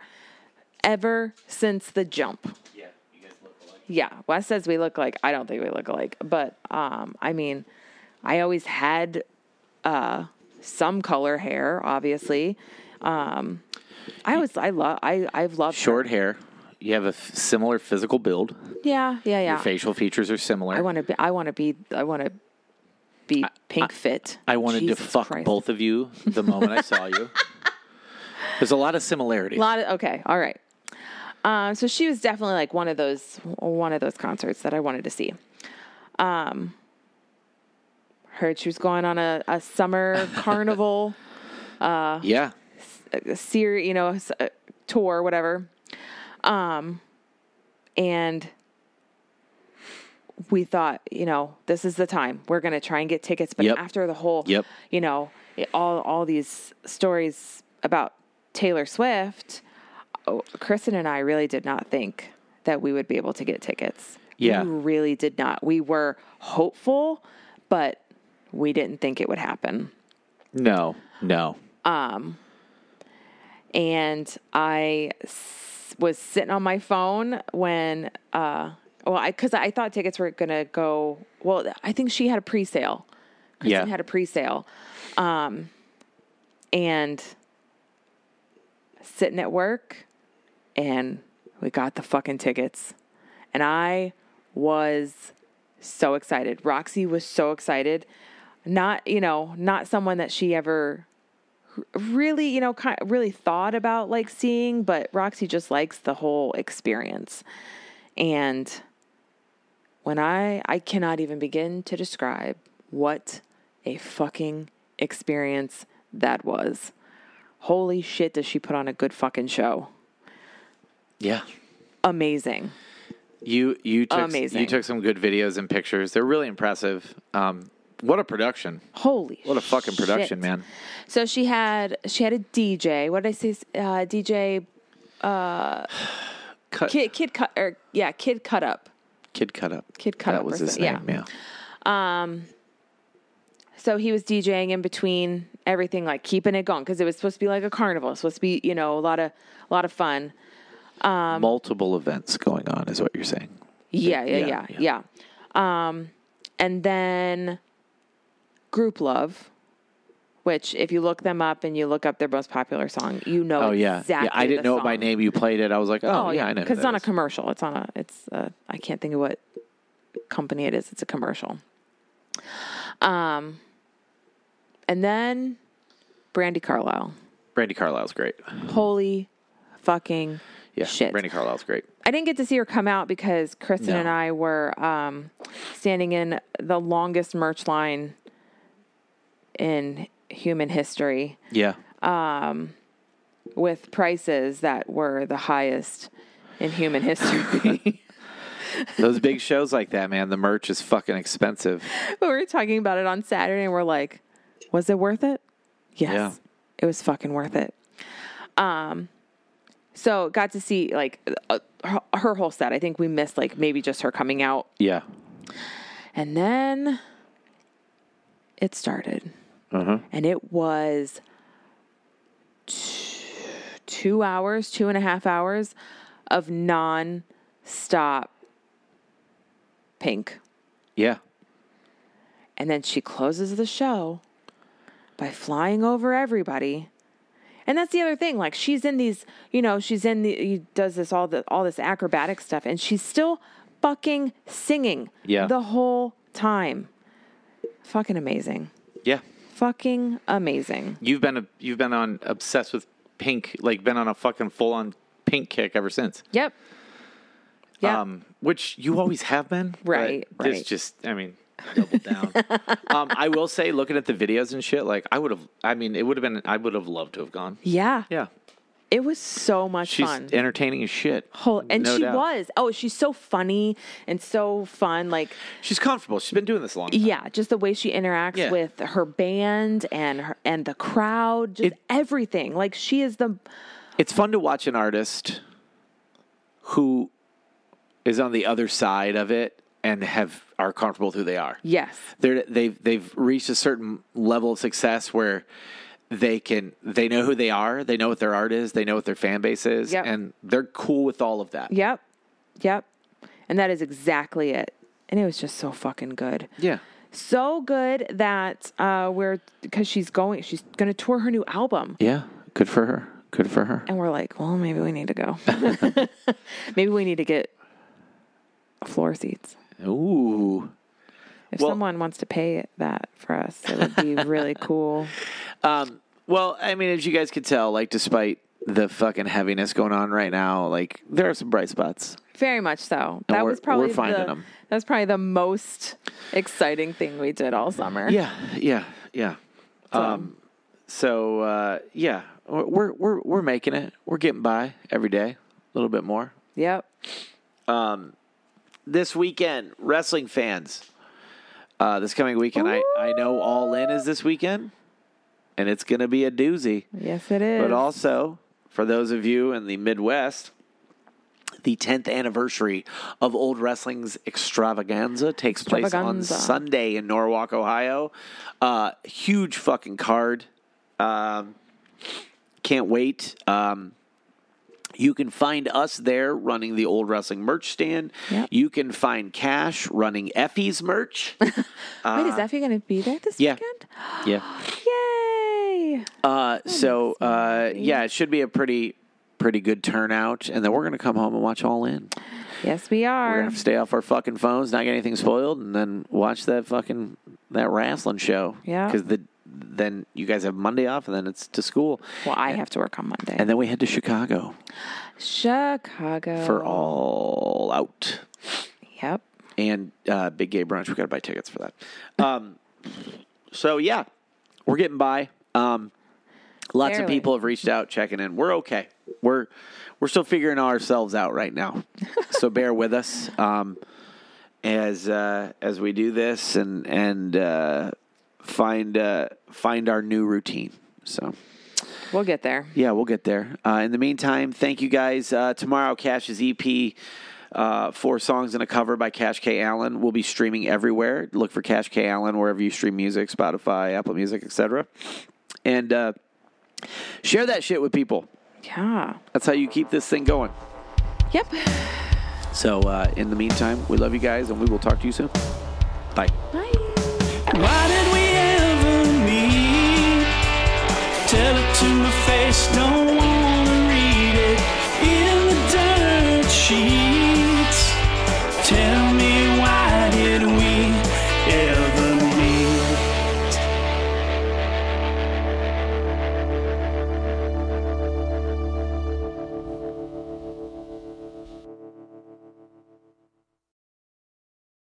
ever since the jump. Yeah, you guys look alike. Yeah, Wes says we look like I don't think we look alike, but um I mean, I always had uh some color hair, obviously. Um I was I love I I've loved her. Short hair. You have a f- similar physical build. Yeah, yeah, yeah. Facial features are similar. I want to be I want to be I want to be pink fit. I wanted to Jesus fuck Christ. both of you the moment I saw you. There's a lot of similarities. lot of okay all right um, so she was definitely like one of those one of those concerts that i wanted to see um heard she was going on a, a summer carnival yeah. series you know s- uh, tour whatever um and we thought you know this is the time we're going to try and get tickets but Yep. after the whole Yep. you know it- all all these stories about Taylor Swift oh, Kristen and I really did not think that we would be able to get tickets Yeah. we really did not we were hopeful but we didn't think it would happen No. No. and I s- was sitting on my phone when, uh, well, I because I thought tickets were gonna go. Well, I think she had a pre-sale. Yeah. Kristen had a pre-sale, um, and sitting at work, and we got the fucking tickets, and I was so excited. Roxy was so excited. Not you know not someone that she ever really, you know, kind really thought about like seeing, but Roxy just likes the whole experience. And when I I cannot even begin to describe what a fucking experience that was. Holy shit, does she put on a good fucking show? Yeah. Amazing. You you took Amazing. you took some good videos and pictures. They're really impressive. Um, what a production. Holy What a fucking production, shit. man. So she had she had a DJ. What did I say? Uh, DJ Cut, Kid Kid Cut or yeah, Kid Cut Up. Kid cut up. Kid Cut that Up was or his some- yeah. name. Yeah. so he was DJing in between everything, like keeping it going because it was supposed to be like a carnival, It's supposed to be you know a lot of a lot of fun. Um, Multiple events going on is what you're saying. Yeah, yeah, Yeah, yeah, yeah. Um, and then Group Love, which if you look them up and you look up their most popular song, you know. Oh yeah. exactly yeah. I didn't the know it by song. name. You played it. I was like, oh, yeah, I know. who Because it's that not a is. commercial. It's on a. It's uh, I can't think of what company it is. It's a commercial. Um, and then Brandy Carlisle. Brandy Carlisle's great. Holy fucking Yeah. shit. Brandy Carlisle's great. I didn't get to see her come out because Kristen No. and I were um, standing in the longest merch line in human history Yeah. with prices that were the highest in human history. Those big shows like that, man. The merch is fucking expensive. we were talking about it on Saturday and we're like, was it worth it? Yes. Yeah. It was fucking worth it. Um, so got to see like uh, her, her whole set. I think we missed like maybe just her coming out Yeah. And then it started. And it was t- two hours, two and a half hours of non stop pink. Yeah. And then she closes the show by flying over everybody. And that's the other thing. Like she's in these, you know, she's in the he does this all the all this acrobatic stuff and she's still fucking singing Yeah. the whole time. Fucking amazing. Yeah. Fucking amazing. You've been a, you've been on obsessed with pink, like been on a fucking full on pink kick ever since. Yep. Yeah. Um, which you always have been, but Right, This right. just, I mean, doubled down. um, I will say, looking at the videos and shit, like I would have, I mean, it would have been, I would have loved to have gone. yeah. Yeah. It was so much She's fun. entertaining as shit. Whole, and no she doubt. was. Oh, she's so funny and so fun. Like, She's comfortable. She's been doing this a long. time. yeah, just the way she interacts Yeah. with her band and her, and the crowd, just It- everything. Like, she is the It's fun to watch an artist who is on the other side of it and have are comfortable with who they are. yes, they're, they've they've reached a certain level of success where they can they know who they are, they know what their art is, they know what their fan base is, Yep. and they're cool with all of that. yep, yep, and that is exactly it. And it was just so fucking good. Yeah. so good that uh we're because she's going she's gonna tour her new album Yeah. Good for her. Good for her. and we're like well maybe we need to go maybe we need to get floor seats Ooh. if Well- someone wants to pay that for us it would be really cool Um, well, I mean, as you guys could tell, like despite the fucking heaviness going on right now, like there are some bright spots. very much so And that we're- was probably we're finding the, 'em. that was probably the most exciting thing we did all summer Yeah, yeah, yeah. Um, so uh, yeah, we're we're we're making it. We're getting by every day, a little bit more. yep this weekend, wrestling fans. Uh, this coming weekend, I, I know All In is this weekend, and it's going to be a doozy. yes it is But also, for those of you in the Midwest, the 10th anniversary of Old Wrestling's extravaganza takes place on Extravaganza. Sunday in Norwalk, Ohio. Uh, huge fucking card. Um, can't wait. Um, you can find us there running the Old Wrestling merch stand. Yep. You can find Cash running Effie's merch. wait is effie gonna be there this uh, yeah. weekend yeah. yay Uh, so uh, yeah, it should be a pretty pretty good turnout, and then we're gonna come home and watch All In. yes we We're gonna are have to stay off our fucking phones, not get anything spoiled, and then watch that fucking that wrestling show. Yeah. because the then you guys have Monday off, and then it's to school, well i have to work on monday and then we head to Chicago Chicago. for All Out Yep. and uh, Big Gay Brunch. We gotta buy tickets for that. Um, so yeah, we're getting by. Um, lots of Barely. people have reached out checking in. We're okay. We're we're still figuring ourselves out right now. so bear with us um, as uh, as we do this and and uh, find uh, find our new routine. So. We'll get there. Yeah, we'll get there. Uh, in the meantime, thank you guys. Uh, tomorrow, Cash's EP, uh, four songs and a cover by Cash K. Allen, will be streaming everywhere. Look for Cash K. Allen wherever you stream music, Spotify, Apple Music, etc. And uh, share that shit with people. Yeah. That's how you keep this thing going. Yep. So, uh, in the meantime, we love you guys, and we will talk to you soon. Bye. Bye. Why did we ever meet? Tell it to my face, don't